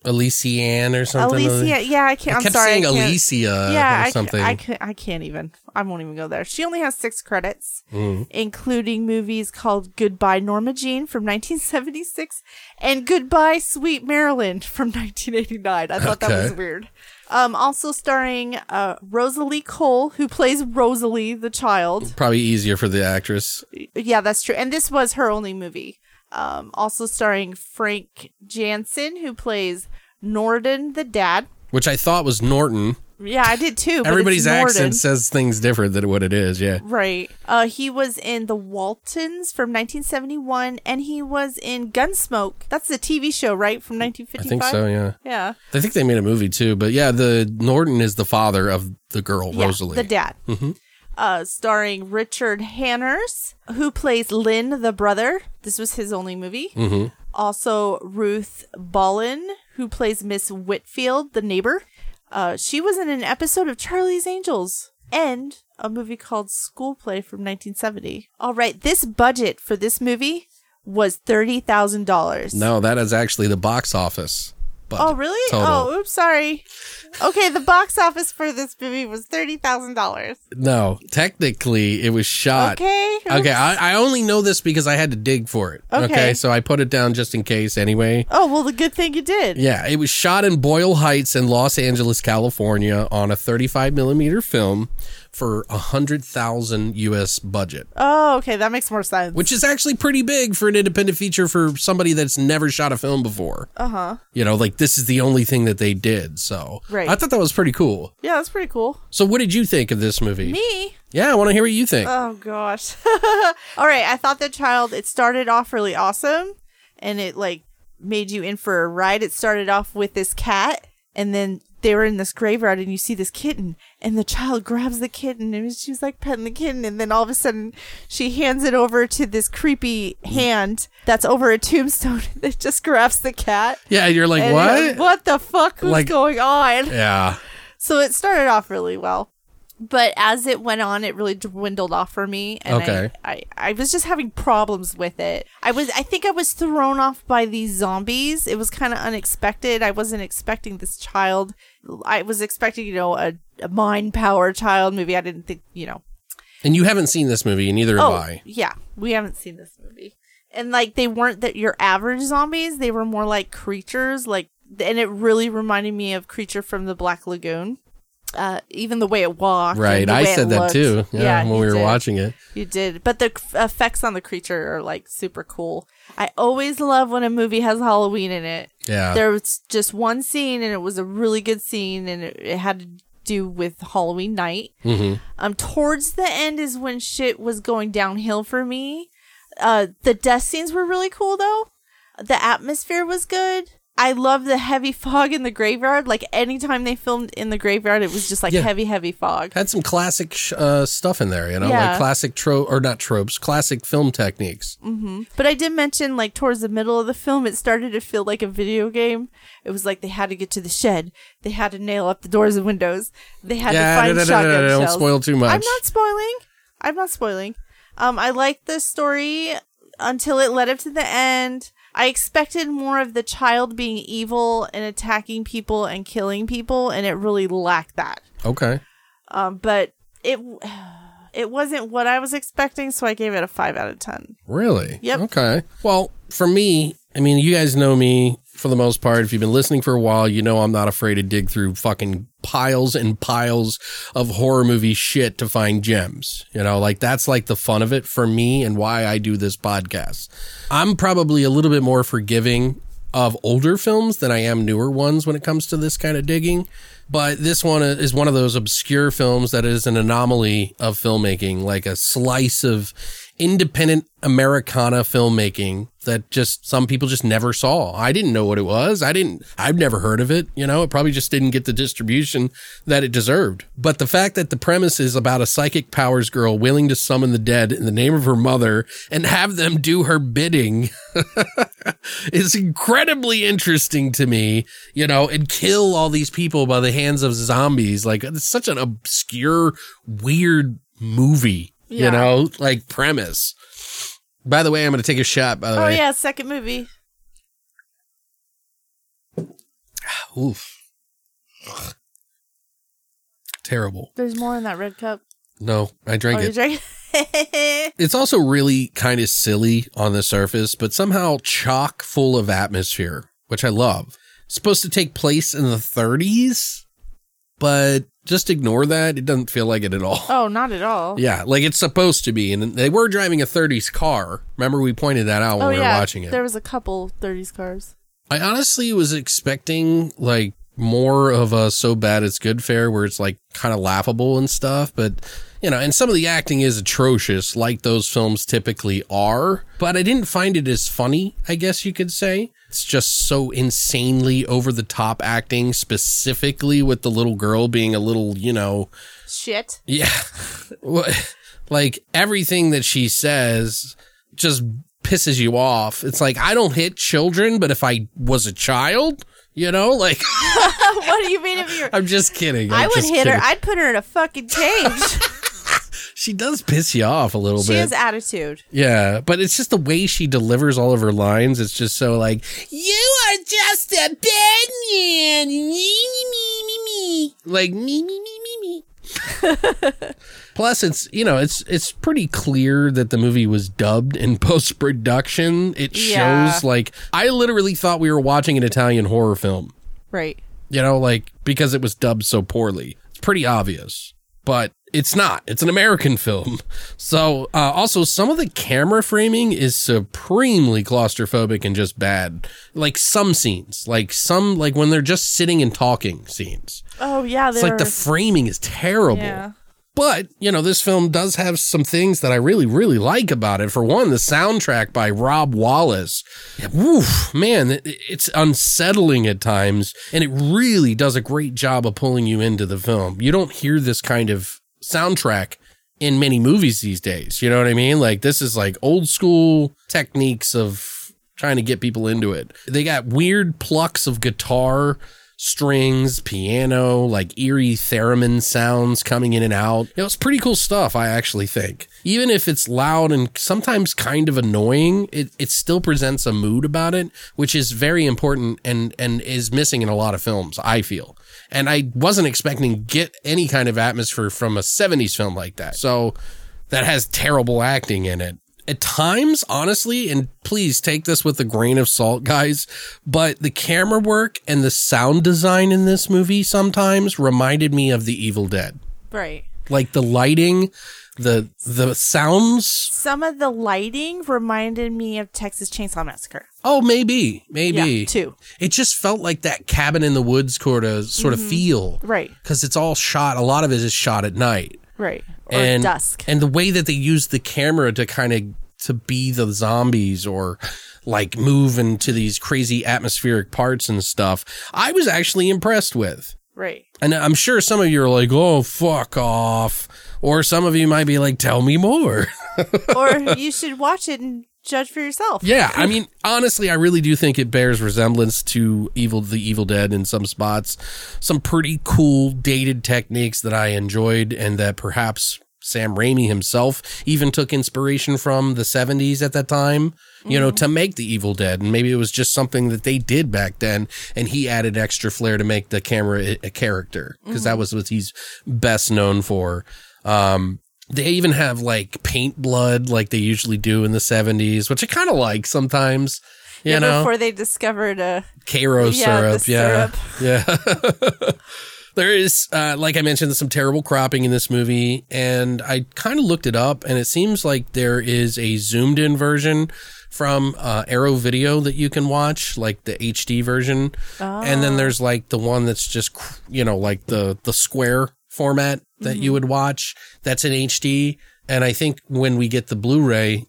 Speaker 1: Elysian or something.
Speaker 2: Alicia. Yeah, I can't.
Speaker 1: I
Speaker 2: I'm
Speaker 1: kept
Speaker 2: sorry.
Speaker 1: saying
Speaker 2: I can't-
Speaker 1: Alicia
Speaker 2: Yeah,
Speaker 1: or
Speaker 2: I,
Speaker 1: Uh, something.
Speaker 2: something. I, can't, I can't even. I won't even go there. She only has six credits,
Speaker 1: Mm-hmm.
Speaker 2: including movies called Goodbye Norma Jean from 1976 and Goodbye Sweet Marilyn from 1989. I thought that was
Speaker 1: Okay.
Speaker 2: weird. Um, also starring uh, Rosalie Cole, who plays Rosalie the child.
Speaker 1: Probably easier for the actress.
Speaker 2: Yeah, that's true. And this was her only movie. Um, also starring Frank Jansen, who plays Norden the dad.
Speaker 1: Which I thought was Norton,
Speaker 2: Yeah, I did too. but it's
Speaker 1: Everybody's
Speaker 2: Norden.
Speaker 1: accent says things different than what it is. Yeah.
Speaker 2: Right. Uh, he was in The Waltons from 1971, and he was in Gunsmoke. That's the TV show, right? From
Speaker 1: I
Speaker 2: 1955?
Speaker 1: think so. Yeah.
Speaker 2: Yeah.
Speaker 1: I think they made a movie too, but yeah, the Norton is the father of the girl
Speaker 2: Yeah,
Speaker 1: Rosalie. Mm-hmm.
Speaker 2: The dad. Uh, starring Richard Hanners, who plays Lynn, the brother. This was his only movie.
Speaker 1: Mm-hmm.
Speaker 2: Also, Ruth Ballin, who plays Miss Whitfield, the neighbor. Uh, she was in an episode of Charlie's Angels and a movie called School Play from 1970. All right, this budget for this movie was $30,000.
Speaker 1: no, that is actually the box office. But
Speaker 2: Oh, really?
Speaker 1: Total.
Speaker 2: Oh, oops, sorry. Okay, the box office for this movie was $30,000.
Speaker 1: No, technically it was shot.
Speaker 2: Okay.
Speaker 1: Uh, Okay, I, I only know this because I had to dig for it.
Speaker 2: Okay.
Speaker 1: so I put it down just in case anyway.
Speaker 2: Oh well, the good thing you did.
Speaker 1: Yeah, it was shot in Boyle Heights in Los Angeles, California, on a 35 millimeter film for a hundred thousand U.S. budget,
Speaker 2: Oh, okay, that makes more sense.
Speaker 1: which is actually pretty big for an independent feature for somebody that's never shot a film before. Uh huh. You know, like this is the only thing that they did. So
Speaker 2: Uh-huh. Right.
Speaker 1: I thought that was pretty cool.
Speaker 2: yeah, that's pretty cool.
Speaker 1: So what did you think of this movie?
Speaker 2: Me?
Speaker 1: Yeah, I want to hear what you think.
Speaker 2: Oh gosh. (laughs) All right, I thought the child. It started off really awesome, and it like made you in for a ride. It started off with this cat, and then they were in this graveyard, and you see this kitten, and the child grabs the kitten, and she's like petting the kitten, and then all of a sudden she hands it over to this creepy hand that's over a tombstone (laughs) that just grabs the cat.
Speaker 1: yeah, you're like
Speaker 2: And uh,
Speaker 1: what?
Speaker 2: you're like, what the fuck? What's
Speaker 1: Like- eh.
Speaker 2: going on?
Speaker 1: Yeah.
Speaker 2: So it started off really well. But as it went on, it really dwindled off for me. And
Speaker 1: Okay.
Speaker 2: I, I, I was just having problems with it. I was I think I was thrown off by these zombies. It was kind of unexpected. I wasn't expecting this child. I was expecting, you know, a, a mind power child. Maybe I didn't think, you know,
Speaker 1: And you haven't seen this movie, and neither have I.
Speaker 2: Oh, yeah, we haven't seen this movie, and like they weren't that your average zombies; they were more like creatures. Like, and it really reminded me of Creature from the Black Lagoon. Uh, even the way it walked, and
Speaker 1: Right.
Speaker 2: the
Speaker 1: I
Speaker 2: way it
Speaker 1: said that
Speaker 2: looked.
Speaker 1: too. Yeah, when
Speaker 2: you
Speaker 1: we were
Speaker 2: did.
Speaker 1: watching it.
Speaker 2: you did. But the c- effects on the creature are like super cool. I always love when a movie has Halloween in it.
Speaker 1: Yeah.
Speaker 2: There was just one scene, and it was a really good scene, and it, it had to do with Halloween night.
Speaker 1: Mm-hmm.
Speaker 2: Um, towards the end is when shit was going downhill for me. Uh, the death scenes were really cool though. The atmosphere was good. I love the heavy (laughs) fog in the graveyard. Like anytime they filmed in the graveyard, it was just like
Speaker 1: Yeah.
Speaker 2: heavy, heavy fog.
Speaker 1: Had some classic sh- uh, stuff in there, you know,
Speaker 2: Yeah.
Speaker 1: like classic trope or not tropes, classic film techniques.
Speaker 2: But I did mention, like, towards the middle of the film, it started to feel like a video game. It was like they had to get to the shed. They had to nail up the doors and windows. They had
Speaker 1: Yeah,
Speaker 2: to find
Speaker 1: no, no, no,
Speaker 2: shotgun
Speaker 1: no, no, don't
Speaker 2: shells.
Speaker 1: spoil too
Speaker 2: I'm
Speaker 1: much.
Speaker 2: not spoiling. I'm not spoiling. Um, I liked the story until it led up to the end. I expected more of the child being evil and attacking people and killing people, and it really lacked that.
Speaker 1: Okay.
Speaker 2: Um, but it (sighs) it wasn't what I was expecting, so I gave it a five out of ten.
Speaker 1: Really?
Speaker 2: Yep.
Speaker 1: Okay. Well, for me, I mean, you guys know me for the most part. If you've been listening for a while, you know I'm not afraid to dig through fucking piles and piles of horror movie shit to find gems. You know, like that's like the fun of it for me and why I do this podcast. I'm probably a little bit more forgiving of older films than I am newer ones when it comes to this kind of digging. But this one is one of those obscure films that is an anomaly of filmmaking, like a slice of independent Americana filmmaking that just some people just never saw. I didn't know what it was. I didn't, I've never heard of it. You know, it probably just didn't get the distribution that it deserved. But the fact that the premise is about a psychic powers girl willing to summon the dead in the name of her mother and have them do her bidding (laughs) is incredibly interesting to me, you know, and kill all these people by the hands of zombies. Like it's such an obscure, weird movie, you
Speaker 2: Yeah.
Speaker 1: know, like premise. By the way, I'm going to take a shot. By the
Speaker 2: Oh
Speaker 1: way,
Speaker 2: yeah, second movie.
Speaker 1: oof, Ugh. terrible.
Speaker 2: There's more in that red cup.
Speaker 1: No, I drank
Speaker 2: Oh,
Speaker 1: it.
Speaker 2: you drank. (laughs)
Speaker 1: it's also really kind of silly on the surface, but somehow chock full of atmosphere, which I love. It's supposed to take place in the 30s, but just ignore that. It doesn't feel like it at all.
Speaker 2: oh, not at all.
Speaker 1: Yeah, like it's supposed to be. And they were driving a 30s car. Remember, we pointed that out when
Speaker 2: oh
Speaker 1: we were
Speaker 2: yeah,
Speaker 1: watching it.
Speaker 2: there was a couple '30s cars.
Speaker 1: I honestly was expecting like more of a so bad it's good fair where it's like kind of laughable and stuff, but you know, and some of the acting is atrocious, like those films typically are. But I didn't find it as funny, I guess you could say. It's just so insanely over the top acting, specifically with the little girl being a little, you know,
Speaker 2: Shit.
Speaker 1: (laughs) yeah. Wha- like everything that she says just pisses you off. It's like, I don't hit children, but if I was a child, you know, like (laughs)
Speaker 2: what do you mean if you're.
Speaker 1: I'm just kidding. I'm
Speaker 2: I would
Speaker 1: just
Speaker 2: hit her.
Speaker 1: kidding.
Speaker 2: I'd put her in a
Speaker 1: (laughs)
Speaker 2: fucking cage.
Speaker 1: she does piss you off a little
Speaker 2: she
Speaker 1: bit.
Speaker 2: has attitude.
Speaker 1: yeah. But it's just the way she delivers all of her lines. It's just so like, you are just a bad man. Me, me, me, me, me. Like, me, me, me, me, me. Plus, it's you know, it's it's pretty clear that the movie was dubbed in (laughs) post production. It
Speaker 2: Yeah.
Speaker 1: shows like I literally thought we were watching an Italian horror film.
Speaker 2: Right.
Speaker 1: you know, like because it was dubbed so poorly. It's pretty obvious, but it's not. It's an American (laughs) film. So, uh, also, some of the camera framing is supremely claustrophobic and just bad. Like some scenes, like some, like when they're just sitting and talking scenes.
Speaker 2: Oh, yeah.
Speaker 1: It's like the framing is terrible.
Speaker 2: Yeah.
Speaker 1: But, you know, this film does have some things that I really, really like about it. For one, the soundtrack by Rob Wallace. Woof, man, it- it's unsettling at times. And it really does a great job of pulling you into the film. You don't hear this kind of soundtrack in many movies these days. You know what I mean? Like, this is like old school techniques of trying to get people into it. They got weird plucks of guitar, strings, piano, like eerie theremin sounds coming in and out. It was pretty cool stuff, I actually think. Even if it's loud and sometimes kind of annoying, it, it still presents a mood about it, which is very important and, and is missing in a lot of films, I feel. And I wasn't expecting to get any kind of atmosphere from a 70s film like that. So that has terrible acting in it. At times, honestly, and please take this with a grain of salt, guys, but the camera work and the sound design in this movie sometimes reminded me of The Evil Dead.
Speaker 2: Right.
Speaker 1: Like the lighting, the the sounds.
Speaker 2: Some of the lighting reminded me of Texas Chainsaw Massacre.
Speaker 1: Oh, maybe, maybe
Speaker 2: Yeah, two.
Speaker 1: It just felt like that cabin in the woods sort of sort of feel,
Speaker 2: Right.
Speaker 1: Because it's all shot. A lot of it is shot at night.
Speaker 2: Right. Or
Speaker 1: and
Speaker 2: dusk.
Speaker 1: and (laughs) the way that they use the camera to kind of to be the zombies or like move into these crazy atmospheric parts and stuff i was actually impressed with
Speaker 2: right.
Speaker 1: and i'm sure some of you are like oh fuck off or some of you might be like tell me more (laughs)
Speaker 2: or you should watch it and judge for yourself.
Speaker 1: Yeah, I mean, honestly, I really do think it bears resemblance to Evil the Evil Dead in some spots. Some pretty cool dated techniques that I enjoyed and that perhaps Sam Raimi himself even took inspiration from the 70s at that time, you know, to make the Evil Dead. And maybe it was just something that they did back then and he added extra flair to make the camera a- a character because that was what he's best known for. Um, they even have like paint blood like they usually do in the 70s which i kind of like sometimes you
Speaker 2: Yeah,
Speaker 1: know
Speaker 2: Before they discovered a
Speaker 1: Cairo
Speaker 2: Yeah, the
Speaker 1: syrup, yeah, yeah. there is, uh, like I mentioned, some terrible cropping in this movie, and I kind of looked it up, and it seems like there is a zoomed in version from uh, Arrow Video that you can watch, like the HD version, and then there's like the one that's just, cr- you know, like the the square format that you would watch. That's in HD, and I think when we get the Blu-ray,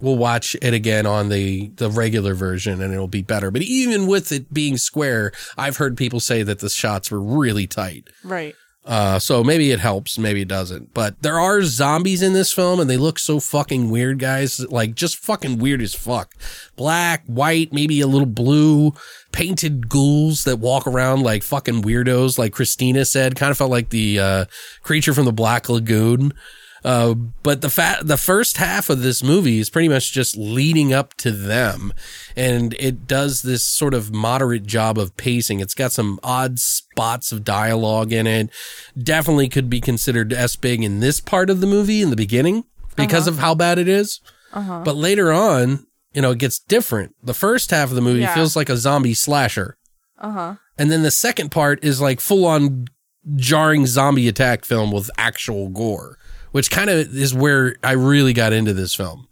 Speaker 1: we'll watch it again on the the regular version and it'll be better but even with it being square i've heard people say that the shots were really tight
Speaker 2: right.
Speaker 1: uh, so maybe it helps maybe it doesn't but there are zombies in this film and they look so fucking weird guys like just fucking weird as fuck black white maybe a little blue painted ghouls that walk around like fucking weirdos like christina said kind of felt like the uh, creature from the black lagoon uh, but the fa- the first half of this movie is pretty much just leading up to them, and it does this sort of moderate job of pacing. It's got some odd spots of dialogue in it. Definitely could be considered S big in this part of the movie in the beginning because of how bad it is. But later on, you know, it gets different. The first half of the movie
Speaker 2: Yeah.
Speaker 1: feels like a zombie slasher.
Speaker 2: Uh huh.
Speaker 1: And then the second part is like full on jarring zombie attack film with actual gore, which kind of is where I really got into this film.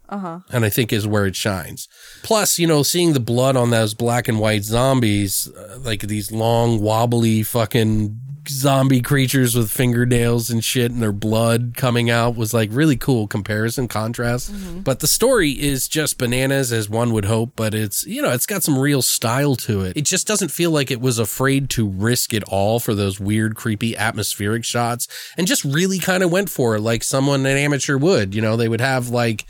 Speaker 1: And I think is where it shines. Plus, you know, seeing the blood on those black and white zombies, uh, like these long, wobbly fucking zombie creatures with fingernails and shit and their blood coming out was like really cool comparison contrast. But the story is just bananas as one would hope, but it's, you know, it's got some real style to it. It just doesn't feel like it was afraid to risk it all for those weird, creepy atmospheric shots and just really kind of went for it like someone an amateur would. You know, they would have like,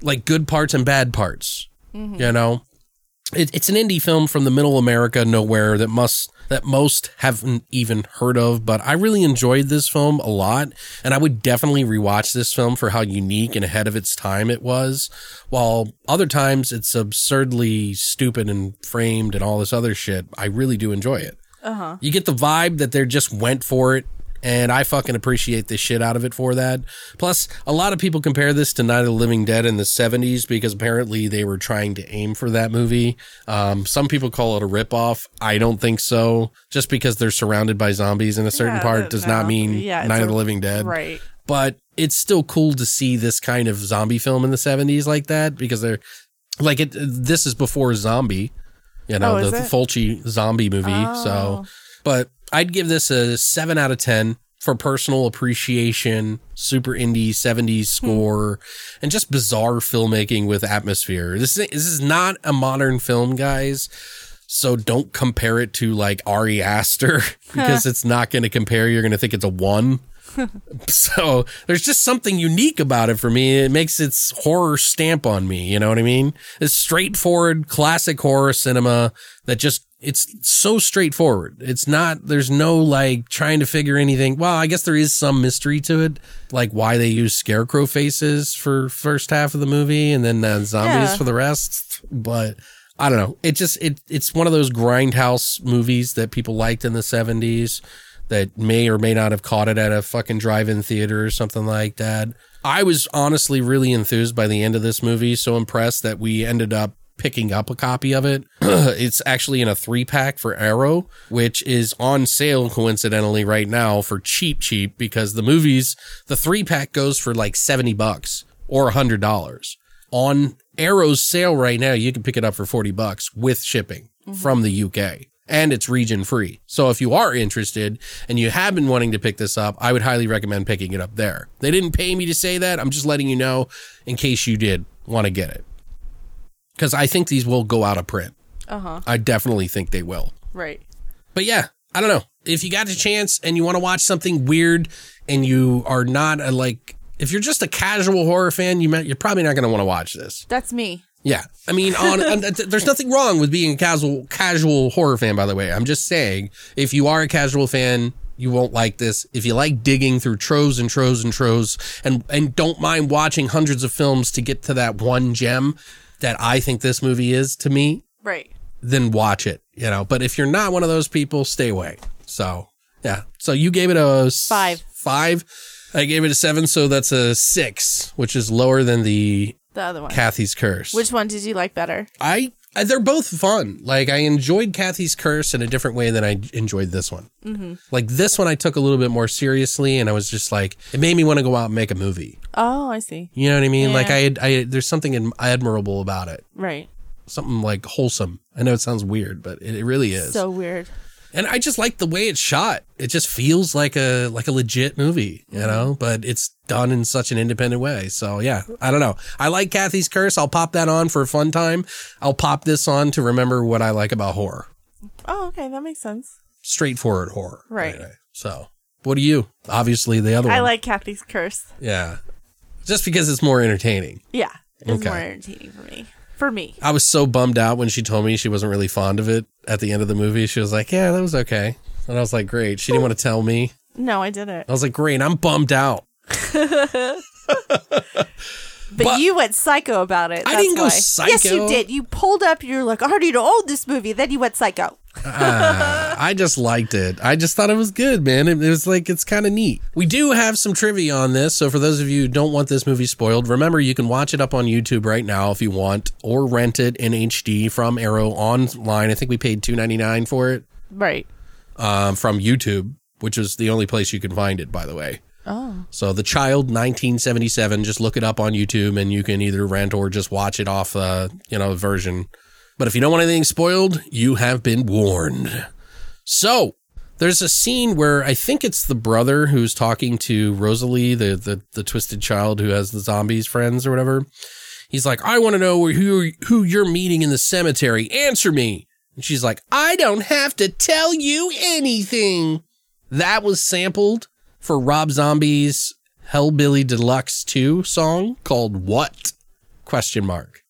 Speaker 1: like good parts and bad parts, you know? it, it's an indie film from the middle America nowhere that must that most haven't even heard of, but I really enjoyed this film a lot, and I would definitely rewatch this film for how unique and ahead of its time it was. While other times it's absurdly stupid and framed and all this other shit, I really do enjoy it. Uh-huh. You get the vibe that they just went for it, and I fucking appreciate the shit out of it for that. Plus, a lot of people compare this to Night of the Living Dead in the 70s because apparently they were trying to aim for that movie. Um, some people call it a ripoff. I don't think so. Just because they're surrounded by zombies in a certain
Speaker 2: Yeah,
Speaker 1: part
Speaker 2: that-
Speaker 1: does
Speaker 2: no.
Speaker 1: not mean
Speaker 2: Yeah, it's
Speaker 1: Night
Speaker 2: a-
Speaker 1: of the Living Dead
Speaker 2: Right.
Speaker 1: but it's still cool to see this kind of zombie film in the 70s like that because they're like it this is before zombie you know
Speaker 2: Oh, is
Speaker 1: the
Speaker 2: it? Oh.
Speaker 1: Fulci zombie movie so but I'd give this a 7 out of 10 for personal appreciation super indie 70s
Speaker 2: Hmm.
Speaker 1: score and just bizarre filmmaking with atmosphere this is, this is not a modern film guys so don't compare it to like Ari Aster (laughs) because it's not going to compare you're going to think it's a 1 so there's just something unique about it for me. It makes its horror stamp on me. You know what I mean? It's straightforward, classic horror cinema that just, it's so straightforward. It's not, there's no like trying to figure anything. Well, I guess there is some mystery to it, like why they use scarecrow faces for first half of the movie and then uh, zombies
Speaker 2: Yeah.
Speaker 1: for the rest. But I don't know. It just, it, it's one of those grindhouse movies that people liked in the 70s that may or may not have caught it at a fucking drive-in theater or something like that. I was honestly really enthused by the end of this movie, so impressed that we ended up picking up a copy of it. (clears throat) it's actually in a 3-pack for Arrow, which is on sale coincidentally right now for cheap cheap because the movies the 3-pack goes for like 70 bucks or $100 on Arrow's sale right now, you can pick it up for 40 bucks with shipping from the UK and it's region free. So if you are interested and you have been wanting to pick this up, I would highly recommend picking it up there. They didn't pay me to say that. I'm just letting you know in case you did want to get it. Cause I think these will go out of print. Uh-huh. I definitely think they will.
Speaker 2: Right.
Speaker 1: But yeah, I don't know. If you got the chance and you want to watch something weird and you are not a like, if you're just a casual horror fan, you might, you're probably not going to want to watch this.
Speaker 2: That's me.
Speaker 1: Yeah, I mean, on, and th- there's nothing wrong with being a casual casual horror fan. By the way, I'm just saying, if you are a casual fan, you won't like this. If you like digging through troves and troves and troves, and and don't mind watching hundreds of films to get to that one gem that I think this movie is to me,
Speaker 2: Right.
Speaker 1: then watch it. You know, but if you're not one of those people, stay away. So yeah, so you gave it a s-
Speaker 2: Five.
Speaker 1: Five. I gave it a seven, so that's a six, which is lower than the
Speaker 2: The other one.
Speaker 1: Kathy's curse.
Speaker 2: Which one did you like better?
Speaker 1: I I- they're both fun. Like I enjoyed Kathy's Curse in a different way than I enjoyed this one. Like this one, I took a little bit more seriously, and I was just like, it made me want to go out and make a movie.
Speaker 2: Oh, I see.
Speaker 1: You know what I mean?
Speaker 2: Yeah.
Speaker 1: Like I, had- I there's something ad- admirable about it.
Speaker 2: Right.
Speaker 1: Something like wholesome. I know it sounds weird, but it, it really is.
Speaker 2: So weird.
Speaker 1: and I just like the way it's shot. It just feels like a like a legit movie, you
Speaker 2: Mm-hmm.
Speaker 1: know. But it's done in such an independent way. So yeah, I don't know. I like Kathy's Curse. I'll pop that on for a fun time. I'll pop this on to remember what I like about horror.
Speaker 2: Oh, okay. That makes sense.
Speaker 1: Straightforward horror,
Speaker 2: Right.
Speaker 1: So what do you? Obviously, the other one.
Speaker 2: I like Kathy's curse.
Speaker 1: Yeah, just because it's more entertaining.
Speaker 2: Yeah. It's
Speaker 1: Okay.
Speaker 2: more entertaining for me. For me.
Speaker 1: I was so bummed out when she told me she wasn't really fond of it at the end of the movie. She was like, "Yeah, that was okay," and I was like, "Great." She didn't want to tell me.
Speaker 2: No, I didn't.
Speaker 1: I was like, "Great." I'm bummed out.
Speaker 2: But,
Speaker 1: But-
Speaker 2: you went psycho about it.
Speaker 1: I
Speaker 2: that's
Speaker 1: didn't go
Speaker 2: why. Yes,
Speaker 1: psycho.
Speaker 2: you did. You pulled up. You're like, I already own this movie. Then you went psycho.
Speaker 1: I just liked it. I just thought it was good, man. It, it was like it's kind of neat. We do have some trivia on this, so for those of you who don't want this movie spoiled, remember you can watch it up on YouTube right now if you want, or rent it in HD from Arrow online. I think we paid two ninety nine for it
Speaker 2: Right.
Speaker 1: um, from YouTube, which is the only place you can find it, by the way.
Speaker 2: Oh.
Speaker 1: So The Child 1977, just look it up on YouTube and you can either rent or just watch it off uh, you know, version. But if you don't want anything spoiled, you have been warned. So, there's a scene where I think it's the brother who's talking to Rosalie, the the, the twisted child who has the zombies friends or whatever. He's like, "I want to know who who you're meeting in the cemetery. Answer me." And she's like, "I don't have to tell you anything." That was sampled for Rob Zombie's Hellbilly Deluxe 2 song called What? question mark.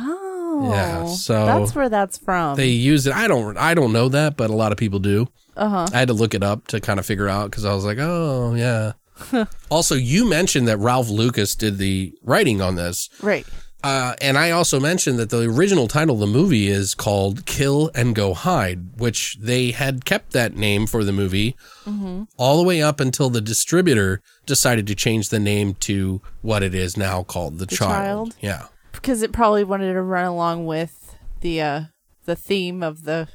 Speaker 2: Oh.
Speaker 1: Yeah, so-
Speaker 2: that's where that's from.
Speaker 1: They use it. I don't I don't know that, but a lot of people do.
Speaker 2: uh huh.
Speaker 1: I had to look it up to kind of figure out because I was like, oh, yeah. also, you mentioned that Ralph Lucas did the writing on this.
Speaker 2: Right.
Speaker 1: Uh, and I also mentioned that the original title of the movie is called Kill and Go Hide, which they had kept that name for the movie all the way up until the distributor decided to change the name to what it is now called The,
Speaker 2: Child?
Speaker 1: Child. Yeah.
Speaker 2: Because it probably wanted to run along with the uh the theme of the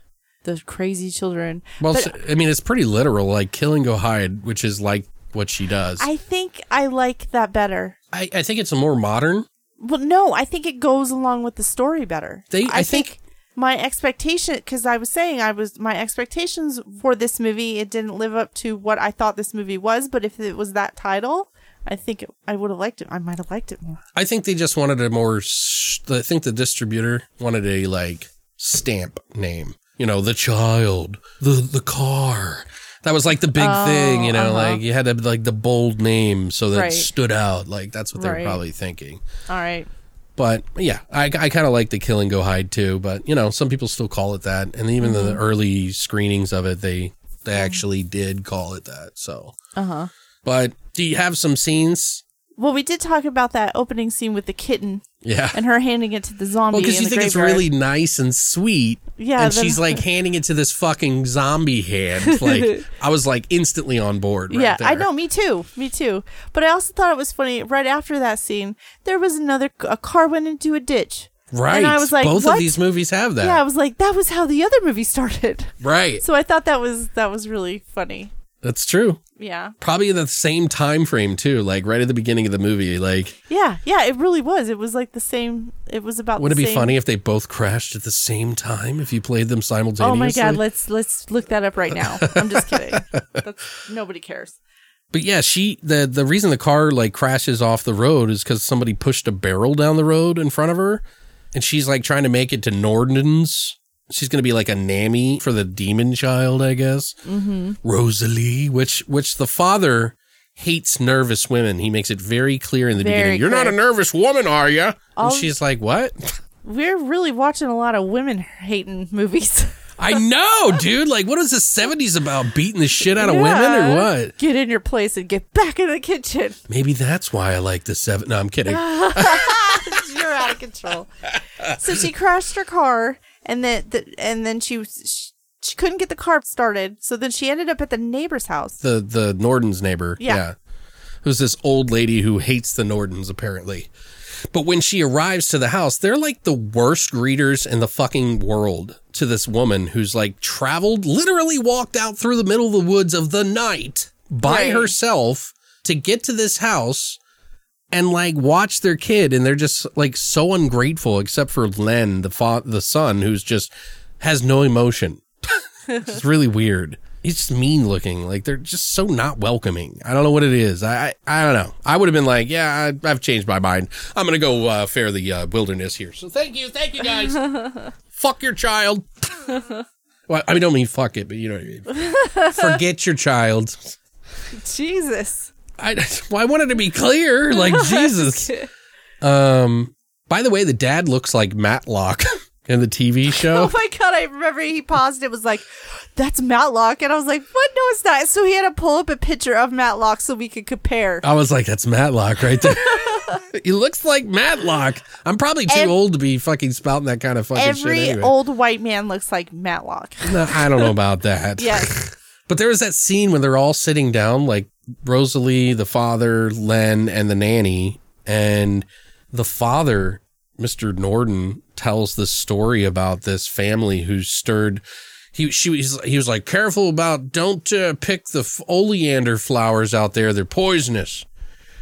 Speaker 2: the crazy children.
Speaker 1: Well,
Speaker 2: But
Speaker 1: so- I mean, it's pretty literal, like Kill and Go Hide, which is like what she does.
Speaker 2: I think I like that better.
Speaker 1: I, I think it's a more modern.
Speaker 2: Well, no, I think it goes along with the story better.
Speaker 1: They- I think-
Speaker 2: my expectation, because I was saying I was my expectations for this movie, it didn't live up to what I thought this movie was. But if it was that title, I think it, I would have liked it. I might have liked it more.
Speaker 1: I think they just wanted a more. s- I think the distributor wanted a like stamp name. You know, the child, the the car. That was like the big
Speaker 2: Oh,
Speaker 1: thing. You know, like you had to have, like the bold name so that
Speaker 2: uh-huh. Right.
Speaker 1: it stood out. Like that's what they
Speaker 2: Right.
Speaker 1: were probably thinking.
Speaker 2: All right,
Speaker 1: But yeah, I, I kind of like the kill and go hide too. But you know, some people still call it that, and even
Speaker 2: Mm-hmm.
Speaker 1: the early screenings of it, they they actually did call it that. So, uh
Speaker 2: Uh-huh.
Speaker 1: But do you have some scenes?
Speaker 2: well, we did talk about that opening scene with the kitten
Speaker 1: Yeah.
Speaker 2: and her handing it to the zombie.
Speaker 1: Well, because
Speaker 2: in
Speaker 1: you
Speaker 2: the
Speaker 1: think it's
Speaker 2: graveyard.
Speaker 1: really nice and sweet.
Speaker 2: Yeah,
Speaker 1: And
Speaker 2: then-
Speaker 1: she's
Speaker 2: (laughs)
Speaker 1: like handing it to this fucking zombie hand. Like, I was like instantly on board. Right
Speaker 2: yeah, I
Speaker 1: there.
Speaker 2: know. Me too. Me too. But I also thought it was funny. Right after that scene, there was another a car went into a ditch.
Speaker 1: Right.
Speaker 2: And I was like,
Speaker 1: both
Speaker 2: what?
Speaker 1: of these movies have that.
Speaker 2: Yeah, I was like, that was how the other movie started. (laughs)
Speaker 1: Right.
Speaker 2: So I thought that was that was really funny.
Speaker 1: That's true.
Speaker 2: Yeah.
Speaker 1: Probably in the same time frame too. Like right at the beginning of the movie. Like,
Speaker 2: Yeah, yeah, it really was. It was like the same it was about
Speaker 1: would
Speaker 2: the
Speaker 1: it be
Speaker 2: same-
Speaker 1: funny if they both crashed at the same time? If you played them simultaneously?
Speaker 2: Oh my god, let's let's look that up right now. I'm
Speaker 1: (laughs)
Speaker 2: just kidding. That's nobody cares.
Speaker 1: But yeah, she the the reason the car like crashes off the road is because somebody pushed a barrel down the road in front of her, and she's like trying to make it to Nordens. She's gonna be like a nammy for the demon child, I guess. Mm-hmm. Rosalie, which which the father hates nervous women. He makes it very clear in the
Speaker 2: Very
Speaker 1: beginning. You're not a
Speaker 2: clear.
Speaker 1: nervous woman, are you?
Speaker 2: All-
Speaker 1: And she's like, "What?
Speaker 2: We're really watching a lot of women hating movies. (laughs)
Speaker 1: I know, (laughs) dude. Like, what is the '70s about beating the shit out of women
Speaker 2: Yeah.
Speaker 1: or what?
Speaker 2: Get in your place and get back in the kitchen. (laughs)
Speaker 1: Maybe that's why I like the seven. No, I'm kidding.
Speaker 2: You're out of control. So she crashed her car, and then the, and then she, was- she she couldn't get the car started. So then she ended up at the neighbor's house.
Speaker 1: the the Norden's neighbor.
Speaker 2: Yeah.
Speaker 1: Yeah. Who's this old lady who hates the Nordens apparently. But when she arrives to the house, they're like the worst greeters in the fucking world to this woman who's like traveled, literally walked out through the middle of the woods of the night by
Speaker 2: Right.
Speaker 1: herself to get to this house and like watch their kid and they're just like so ungrateful except for Len, the fa- the son who's just has no emotion. It's really weird. He's just mean looking. Like they're just so not welcoming. I don't know what it is. I I, I don't know. I would have been like, yeah, I, I've changed my mind. I'm gonna go uh, fare the uh, wilderness here. So thank you, thank you guys. fuck your child. well, I mean, don't mean fuck it, but you know what I mean. Forget your child.
Speaker 2: Jesus.
Speaker 1: I (laughs) well, I wanted to be clear. Like Jesus. Um. By the way, the dad looks like Matlock (laughs) in the TV show.
Speaker 2: (laughs) Oh my god, I remember he paused and was like, That's Matlock. And I was like, What? No, it's not. So he had to pull up a picture of Matlock so we could compare.
Speaker 1: I was like, that's Matlock right
Speaker 2: (laughs)
Speaker 1: there. he looks like Matlock. I'm probably too
Speaker 2: Ev-
Speaker 1: old to be fucking spouting that kind of fucking
Speaker 2: Every
Speaker 1: shit. Anyway.
Speaker 2: old white man looks like
Speaker 1: (laughs)
Speaker 2: Matlock.
Speaker 1: No, I don't know about that.
Speaker 2: Yes.
Speaker 1: But there was that scene when they're all sitting down, like Rosalie, the father, Len, and the nanny. And the father, Mr. Norden, tells the story about this family who stirred he she was he was like careful about don't uh, pick the f- oleander flowers out there they're poisonous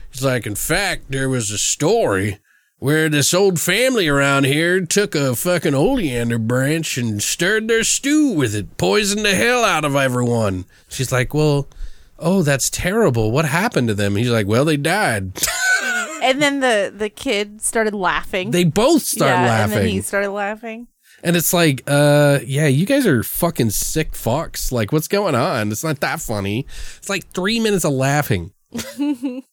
Speaker 1: he's like in fact there was a story where this old family around here took a fucking oleander branch and stirred their stew with it poisoned the hell out of everyone she's like well oh that's terrible what happened to them he's like well they died (laughs)
Speaker 2: And then the the kid started laughing.
Speaker 1: they both start
Speaker 2: yeah,
Speaker 1: laughing
Speaker 2: And then he started laughing.
Speaker 1: And it's like, uh, yeah, you guys are fucking sick fucks. Like, what's going on? It's not that funny. It's like three minutes of laughing. and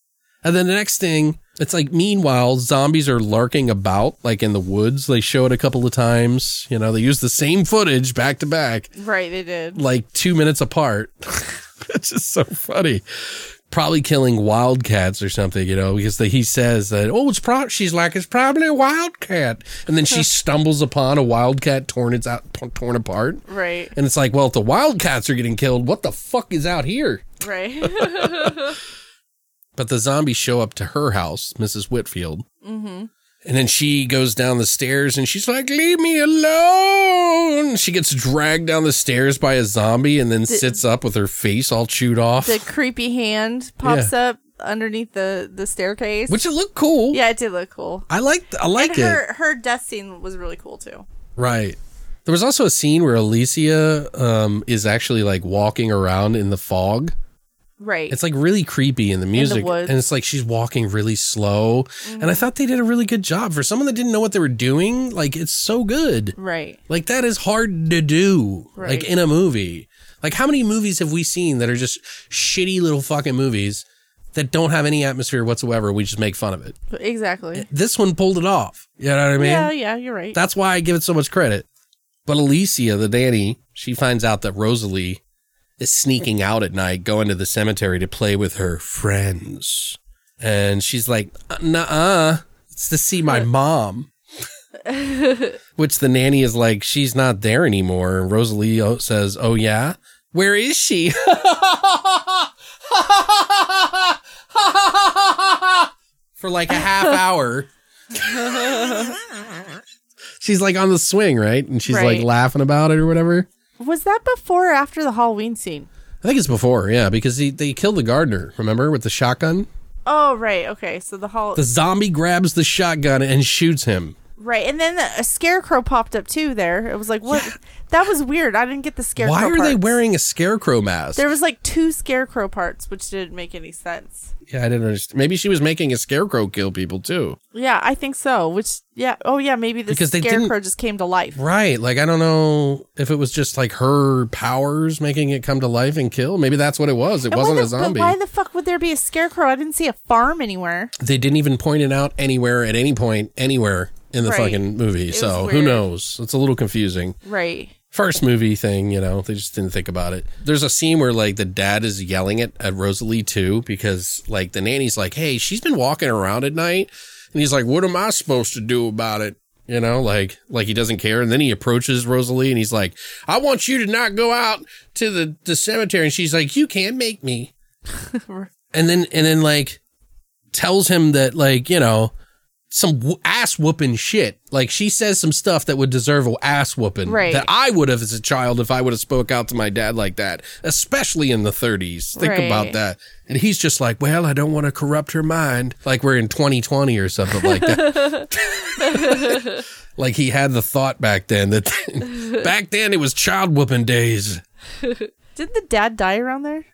Speaker 1: then the next thing, it's like, meanwhile, zombies are lurking about, like in the woods. They show it a couple of times. You know, they use the same footage back to back,
Speaker 2: Right, they did.
Speaker 1: like two minutes apart. it's just so funny. Probably killing wildcats or something, you know, because the, he says that, oh, it's pro, she's like, it's probably a wildcat. And then she stumbles upon a wildcat torn, it's out, torn apart.
Speaker 2: Right,
Speaker 1: And it's like, well, if the wildcats are getting killed, what the fuck is out here?
Speaker 2: right.
Speaker 1: But the zombies show up to her house, Mrs. Whitfield. Mm-hmm. And then she goes down the stairs and she's like, leave me alone. She gets dragged down the stairs by a zombie and then sits up with her face all chewed off,
Speaker 2: (laughs) the creepy hand pops up underneath the the staircase.
Speaker 1: which it looked cool.
Speaker 2: yeah, it did look cool.
Speaker 1: I liked, I like
Speaker 2: and
Speaker 1: it.
Speaker 2: her her death scene was really cool too.
Speaker 1: Right. There was also a scene where Alicia um, is actually like walking around in the fog.
Speaker 2: Right.
Speaker 1: It's like really creepy in the music.
Speaker 2: woods. Mm-hmm.
Speaker 1: and it's like she's walking really slow. And I thought they did a really good job for someone that didn't know what they were doing. Like it's so good.
Speaker 2: right.
Speaker 1: Like that is hard to do.
Speaker 2: Right.
Speaker 1: Like in a movie. Like how many movies have we seen that are just shitty little fucking movies that don't have any atmosphere whatsoever? We just make fun of it.
Speaker 2: Exactly.
Speaker 1: This one pulled it off. You know what I mean?
Speaker 2: yeah, yeah, you're right.
Speaker 1: That's why I give it so much credit. But Alicia, the Danny, she finds out that Rosalie is sneaking out at night, going to the cemetery to play with her friends. And she's like, nah, uh, it's to see my mom. Which the nanny is like, she's not there anymore. And Rosalie uh, says, Oh, yeah? Where is she? (laughs) For like a
Speaker 2: (laughs)
Speaker 1: half hour. she's like on the swing, right? And she's
Speaker 2: Right.
Speaker 1: like laughing about it or whatever.
Speaker 2: was that before or after the Halloween scene?
Speaker 1: I think it's before, yeah, because he, they killed the gardener, remember, with the shotgun?
Speaker 2: Oh, right. Okay. So the hall.
Speaker 1: The zombie grabs the shotgun and shoots him.
Speaker 2: right. And then the, a scarecrow popped up too there. It was like, what? That was weird. I didn't get the scarecrow.
Speaker 1: Why are they
Speaker 2: parts.
Speaker 1: wearing a scarecrow mask?
Speaker 2: There was like two scarecrow parts, which didn't make any sense.
Speaker 1: yeah, I didn't understand. Maybe she was making a scarecrow kill people too.
Speaker 2: Yeah, I think so. Which, yeah. Oh, yeah. Maybe the
Speaker 1: Because they didn't-
Speaker 2: scarecrow just came to life.
Speaker 1: Right. Like, I don't know if it was just like her powers making it come to life and kill. Maybe that's what it was. It
Speaker 2: And why
Speaker 1: wasn't
Speaker 2: the-
Speaker 1: a zombie.
Speaker 2: But why the fuck would there be a scarecrow? I didn't see a farm anywhere.
Speaker 1: they didn't even point it out anywhere at any point, anywhere in the
Speaker 2: Right.
Speaker 1: fucking movie.
Speaker 2: was
Speaker 1: So who
Speaker 2: weird.
Speaker 1: knows? It's a little confusing.
Speaker 2: Right.
Speaker 1: first movie thing, you know, they just didn't think about it. There's a scene where like the dad is yelling at, at Rosalie too, because like the nanny's like, Hey, she's been walking around at night. And he's like, What am I supposed to do about it? You know, like, like he doesn't care. And then he approaches Rosalie and he's like, I want you to not go out to the, the cemetery. And she's like, You can't make me. and then, and then like tells him that like, you know, some w- ass whooping shit. Like she says some stuff that would deserve a ass whooping
Speaker 2: Right.
Speaker 1: that I would have as a child if I would have spoke out to my dad like that, especially in the 30s. Think
Speaker 2: Right.
Speaker 1: about that. And he's just like, well, I don't want to corrupt her mind. Like we're in 2020 or something like that. like he had the thought back then that (laughs) back then it was child whooping days.
Speaker 2: Did the dad die around there?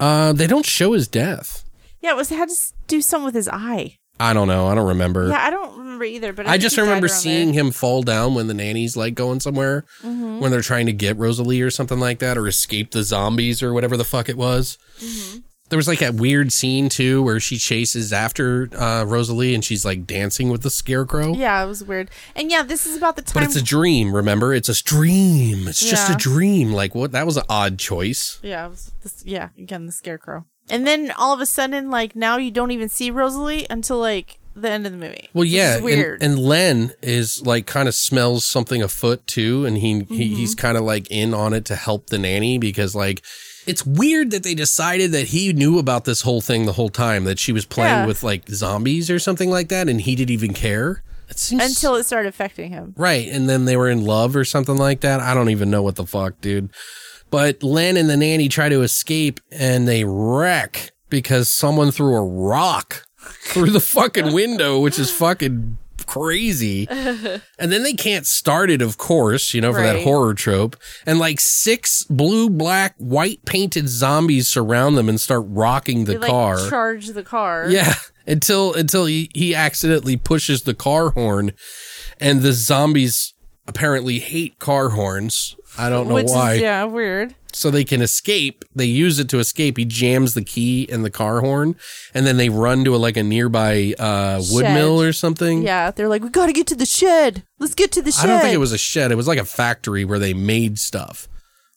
Speaker 1: Uh, they don't show his death.
Speaker 2: Yeah, it was had to s- do something with his eye.
Speaker 1: I don't know. I don't remember.
Speaker 2: Yeah, I don't remember either. But
Speaker 1: I
Speaker 2: think
Speaker 1: just
Speaker 2: he died
Speaker 1: remember
Speaker 2: around
Speaker 1: seeing
Speaker 2: there. Mm-hmm.
Speaker 1: him fall down when the nanny's like going somewhere when they're trying to get Rosalie or something like that or escape the zombies or whatever the fuck it was.
Speaker 2: Mm-hmm.
Speaker 1: There was like that weird scene too where she chases after uh, Rosalie and she's like dancing with the scarecrow.
Speaker 2: Yeah, it was weird. And yeah, this is about the
Speaker 1: But
Speaker 2: time.
Speaker 1: it's a dream, remember? It's a dream. It's just a
Speaker 2: Yeah.
Speaker 1: dream. Like what? That was an odd choice.
Speaker 2: yeah, it was this, yeah. Again, the scarecrow. And then all of a sudden, like now you don't even see Rosalie until like the end of the movie.
Speaker 1: Well,
Speaker 2: which is
Speaker 1: yeah, and-
Speaker 2: weird.
Speaker 1: And, Len is like kind of smells something afoot too, and he,
Speaker 2: Mm-hmm.
Speaker 1: he he's kind of like in on it to help the nanny because like it's weird that they decided that he knew about this whole thing the whole time that she was playing
Speaker 2: Yeah.
Speaker 1: with like zombies or something like that, and he didn't even care. It seems
Speaker 2: until it started affecting him.
Speaker 1: Right. And then they were in love or something like that. I don't even know what the fuck, dude. But Len and the nanny try to escape and they wreck because someone threw a rock (laughs) through the fucking window, which is fucking
Speaker 2: (laughs)
Speaker 1: crazy. And then they can't start it, of course, you know, for that
Speaker 2: Right.
Speaker 1: horror trope. And like six blue, black, white painted zombies surround them and start rocking the
Speaker 2: They like
Speaker 1: car.
Speaker 2: charge the car.
Speaker 1: Yeah, until until he, he accidentally pushes the car horn, and the zombies apparently hate car horns. I don't know
Speaker 2: Which
Speaker 1: why.
Speaker 2: is yeah, weird.
Speaker 1: So they can escape. They use it to escape. He jams the key and the car horn, and then they run to a, like a nearby uh, wood
Speaker 2: Shed.
Speaker 1: mill or something.
Speaker 2: Yeah, they're like, we gotta get to the shed. Let's get to the shed.
Speaker 1: I don't think it was a shed. It was like a factory where they made stuff,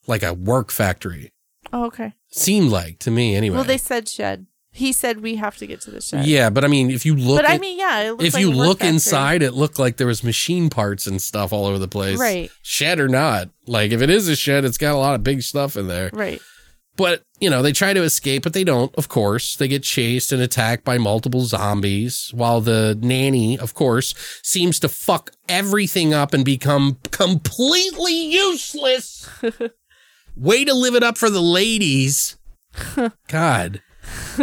Speaker 1: like a work factory.
Speaker 2: Oh, okay.
Speaker 1: Seemed like to me anyway.
Speaker 2: Well, they said shed. He said we have to get to the shed.
Speaker 1: yeah, but I mean, if you look,
Speaker 2: but I
Speaker 1: at-
Speaker 2: mean, yeah. It looks
Speaker 1: if
Speaker 2: like
Speaker 1: you
Speaker 2: a work
Speaker 1: look
Speaker 2: factory.
Speaker 1: inside, it looked like there was machine parts and stuff all over the place.
Speaker 2: Right.
Speaker 1: Shed or not. Like if it is a shed, it's got a lot of big stuff in there.
Speaker 2: right?
Speaker 1: But, you know, they try to escape, but they don't, of course. They get chased and attacked by multiple zombies, while the nanny, of course, seems to fuck everything up and become completely
Speaker 2: (laughs)
Speaker 1: useless. Way to live it up for the
Speaker 2: (laughs)
Speaker 1: ladies. God. (laughs)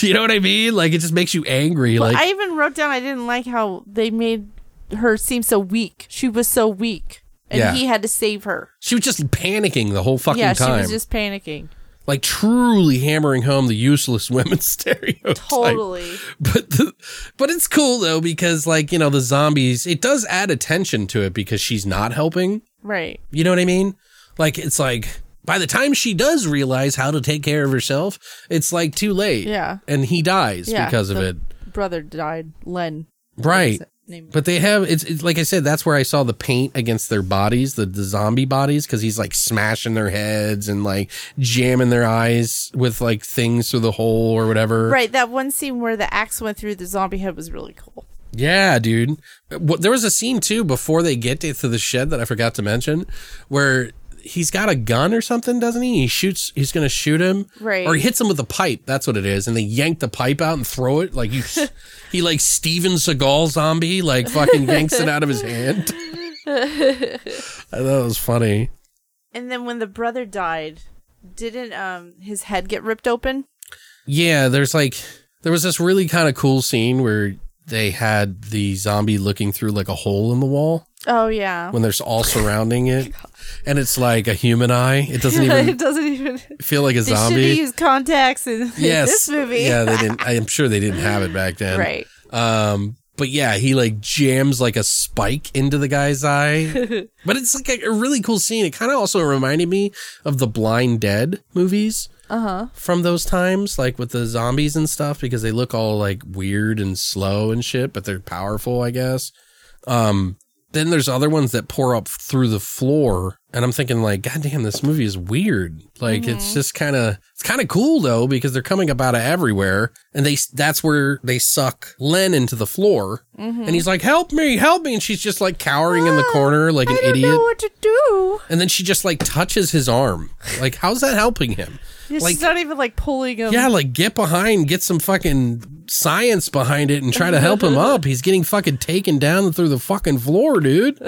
Speaker 1: you know what I mean? Like it just makes you angry.
Speaker 2: Well,
Speaker 1: like
Speaker 2: I even wrote down I didn't like how they made her seem so weak. She was so weak, and
Speaker 1: Yeah.
Speaker 2: he had to save her.
Speaker 1: She was just panicking the whole fucking
Speaker 2: yeah,
Speaker 1: time.
Speaker 2: she was just panicking.
Speaker 1: like truly hammering home the useless (laughs) women's stereotype.
Speaker 2: Totally.
Speaker 1: But the, but it's cool though because like, you know, the zombies, it does add attention to it because she's not helping.
Speaker 2: Right.
Speaker 1: You know what I mean? Like it's like by the time she does realize how to take care of herself, it's like too late.
Speaker 2: Yeah.
Speaker 1: And he dies
Speaker 2: Yeah,
Speaker 1: because of
Speaker 2: the-
Speaker 1: it.
Speaker 2: Brother died. Len.
Speaker 1: Right.
Speaker 2: Name.
Speaker 1: But they have it's, it's like I said. That's where I saw the paint against their bodies, the, the zombie bodies, because he's like smashing their heads and like jamming their eyes with like things through the hole or whatever.
Speaker 2: Right. That one scene where the axe went through the zombie head was really cool.
Speaker 1: Yeah, dude. What, there was a scene too before they get to, to the shed that I forgot to mention, where he's got a gun or something, doesn't he? He shoots. He's gonna shoot him,
Speaker 2: Right.
Speaker 1: Or he hits him with a pipe. That's what it is. And they yank the pipe out and throw it like you. he like Steven Seagal zombie, like fucking yanks it out of his hand. I thought it was funny.
Speaker 2: And then when the brother died, didn't um his head get ripped open?
Speaker 1: Yeah, there's like there was this really kind of cool scene where they had the zombie looking through like a hole in the wall.
Speaker 2: Oh yeah. (laughs)
Speaker 1: when there's all surrounding it and it's like a human eye it doesn't
Speaker 2: it (laughs)
Speaker 1: even
Speaker 2: doesn't even.
Speaker 1: feel like a
Speaker 2: They should have (laughs)
Speaker 1: zombie
Speaker 2: used contacts in (laughs)
Speaker 1: yes
Speaker 2: this movie.
Speaker 1: yeah they didn't i'm sure they didn't have it back then
Speaker 2: Right.
Speaker 1: um but yeah he like jams like a spike into the guy's
Speaker 2: (laughs)
Speaker 1: eye but it's like a, a really cool scene it kind of also reminded me of the blind dead movies uh-huh. From those times, like with the zombies and stuff, because they look all like weird and slow and shit, but they're powerful, I guess. Um, then there's other ones that pour up through the floor and i'm thinking like god damn this movie is weird like
Speaker 2: Mm-hmm.
Speaker 1: it's just kind of it's kind of cool though because they're coming about out of everywhere and they that's where they suck len into the floor
Speaker 2: Mm-hmm.
Speaker 1: and he's like help me help me and she's just like cowering in the corner like an
Speaker 2: Ah, I don't
Speaker 1: idiot
Speaker 2: know what to do.
Speaker 1: and then she just like touches his arm like how's that helping him
Speaker 2: Yeah,
Speaker 1: Like-
Speaker 2: she's not even like pulling him.
Speaker 1: yeah, like get behind, get some fucking science behind it and try to help
Speaker 2: (laughs)
Speaker 1: him up. He's getting fucking taken down through the fucking floor, dude.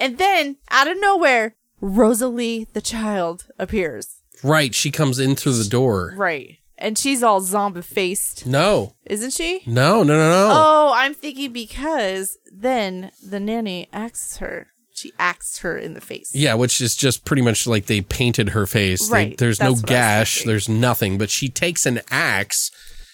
Speaker 2: And then out of nowhere, Rosalie the child appears.
Speaker 1: Right, she comes in through the door.
Speaker 2: Right. And she's all zombie faced,
Speaker 1: No,
Speaker 2: isn't she?
Speaker 1: no, no, no, no.
Speaker 2: Oh, I'm thinking because then the nanny axes her. She axes her in the face.
Speaker 1: Yeah, which is just pretty much like they painted her face. They-
Speaker 2: Right,
Speaker 1: there's no
Speaker 2: that's what I was
Speaker 1: gash,
Speaker 2: thinking.
Speaker 1: there's nothing, but she takes an axe.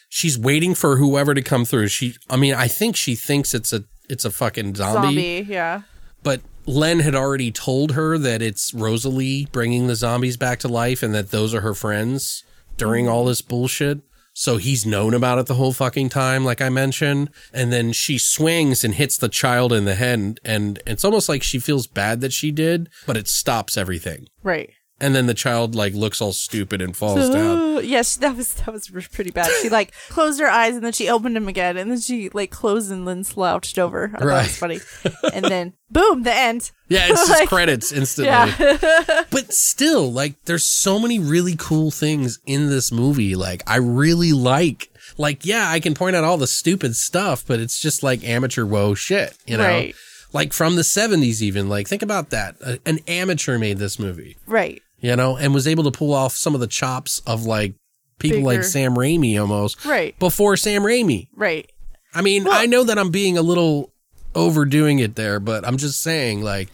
Speaker 1: She's waiting for whoever to come through. She I mean, I think she thinks it's a it's a fucking zombie,
Speaker 2: Zombie, yeah.
Speaker 1: but Len had already told her that it's Rosalie bringing the zombies back to life and that those are her friends during all this bullshit. So he's known about it the whole fucking time, like I mentioned. And then she swings and hits the child in the head. And, and it's almost like she feels bad that she did, but it stops everything.
Speaker 2: Right.
Speaker 1: And then the child like looks all stupid and falls down.
Speaker 2: Yes, yeah, she, that was that was re- pretty bad. She like (laughs) closed her eyes and then she opened them again and then she like closed and then slouched over. I
Speaker 1: Right.
Speaker 2: thought it was funny. And then boom, the end.
Speaker 1: Yeah, it's just
Speaker 2: (laughs) Like-
Speaker 1: credits instantly.
Speaker 2: Yeah. (laughs)
Speaker 1: but still, like, there's so many really cool things in this movie. Like, I really like like, yeah, I can point out all the stupid stuff, but it's just like amateur whoa shit, (laughs) you know?
Speaker 2: Right.
Speaker 1: Like from the 70s, even. Like, think about that. A- an amateur made this movie,
Speaker 2: Right.
Speaker 1: you know, and was able to pull off some of the chops of like people like
Speaker 2: Bigger.
Speaker 1: Sam Raimi almost
Speaker 2: Right.
Speaker 1: before Sam Raimi.
Speaker 2: Right.
Speaker 1: I mean,
Speaker 2: Well-
Speaker 1: I know that I'm being a little overdoing it there, but I'm just saying, like,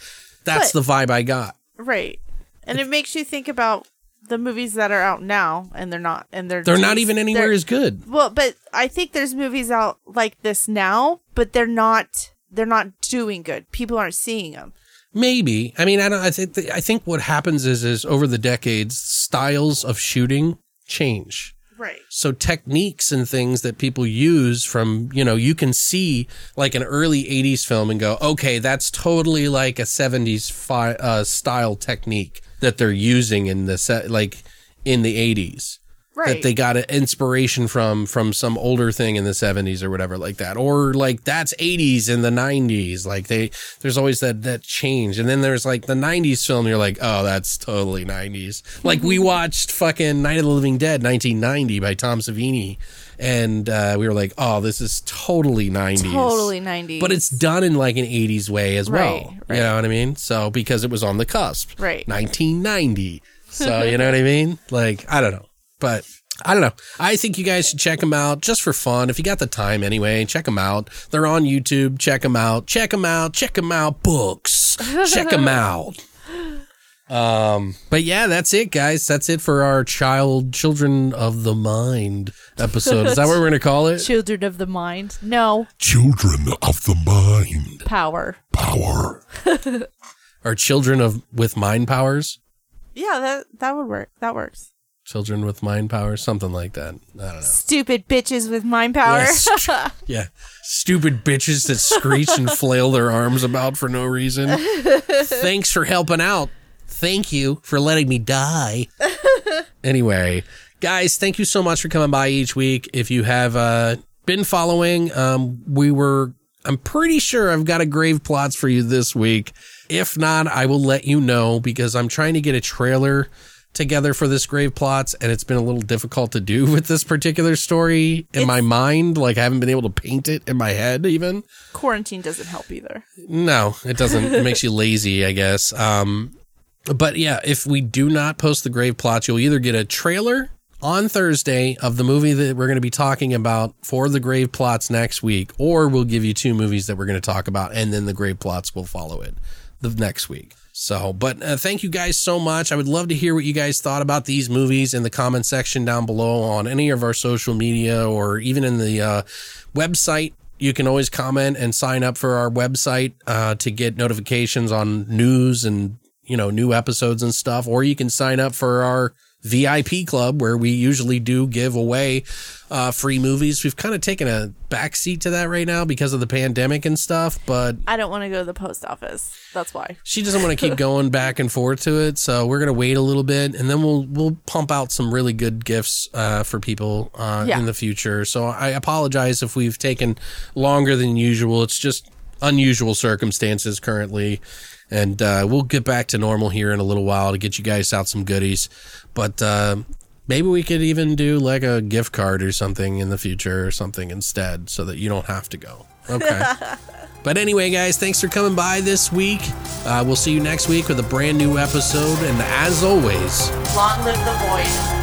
Speaker 1: that's
Speaker 2: But-
Speaker 1: the vibe I got.
Speaker 2: Right. And it makes you think about the movies that are out now and they're not and they're
Speaker 1: They're not even anywhere
Speaker 2: they're-
Speaker 1: as good.
Speaker 2: Well, but I think there's movies out like this now, but they're not they're not doing good. People aren't seeing them.
Speaker 1: Maybe. I mean, I don't. I think. I think what happens is, is over the decades, styles of shooting change.
Speaker 2: Right.
Speaker 1: So techniques and things that people use from, you know, you can see like an early 80s film and go, okay, that's totally like a 70s fi- uh, style technique that they're using in the set, like in the 80s.
Speaker 2: Right.
Speaker 1: that they got an inspiration from from some older thing in the 70s or whatever like that or like that's 80s in the 90s like they there's always that that change and then there's like the 90s film you're like oh that's totally 90s like
Speaker 2: Mm-hmm.
Speaker 1: we watched fucking Night of the Living Dead 1990 by Tom Savini and uh, we were like oh this is totally 90s
Speaker 2: totally 90s.
Speaker 1: but it's done in like an 80s way as
Speaker 2: Right,
Speaker 1: well
Speaker 2: right.
Speaker 1: you know what i mean so because it was on the cusp
Speaker 2: Right.
Speaker 1: 1990 so (laughs) you know what i mean like i don't know but i don't know i think you guys should check them out just for fun if you got the time anyway check them out they're on youtube check them out check them out check them out books check
Speaker 2: (laughs)
Speaker 1: them out um but yeah that's it guys that's it for our child children of the mind episode is that what we're gonna call
Speaker 2: (laughs)
Speaker 1: it
Speaker 2: children of the mind. No
Speaker 3: Children of the Mind
Speaker 2: power.
Speaker 3: Power.
Speaker 1: or children of with mind powers
Speaker 2: Yeah, that that would work. That works.
Speaker 1: children with mind power, something like that. I don't know.
Speaker 2: Stupid bitches with mind power.
Speaker 1: Yeah, st- yeah. Stupid bitches that screech and flail their arms about for no reason. Thanks for helping out. Thank you for letting me die. anyway, guys, thank you so much for coming by each week. If you have uh, been following, um, we were, I'm pretty sure I've got a grave plots for you this week. If not, I will let you know because I'm trying to get a trailer together for this grave plots and it's been a little difficult to do (laughs) with this particular story in my mind like i haven't been able to paint it in my head even
Speaker 2: Quarantine doesn't help either.
Speaker 1: no, it doesn't. It makes you lazy, I guess. Um, but yeah, if we do not post the grave plots, you'll either get a trailer on Thursday of the movie that we're going to be talking about for the grave plots next week, or we'll give you two movies that we're going to talk about, and then the grave plots will follow it the next week. So, but uh, thank you guys so much. I would love to hear what you guys thought about these movies in the comment section down below on any of our social media or even in the uh, website you can always comment and sign up for our website uh, to get notifications on news and you know new episodes and stuff or you can sign up for our vip club where we usually do give away uh, free movies we've kind of taken a backseat to that right now because of the pandemic and stuff but
Speaker 2: I don't want to go to the post office. That's why.
Speaker 1: she doesn't want to keep going back and forth to it, so we're gonna wait a little bit, and then we'll we'll pump out some really good gifts uh, for people uh,
Speaker 2: Yeah.
Speaker 1: in the future. So I apologize if we've taken longer than usual. It's just unusual circumstances currently, and uh, we'll get back to normal here in a little while to get you guys out some goodies. But uh, maybe we could even do like a gift card or something in the future or something instead, so that you don't have to go. Okay. But anyway, guys, thanks for coming by this week. Uh, we'll see you next week with a brand new episode. And as always,
Speaker 5: Long live the void.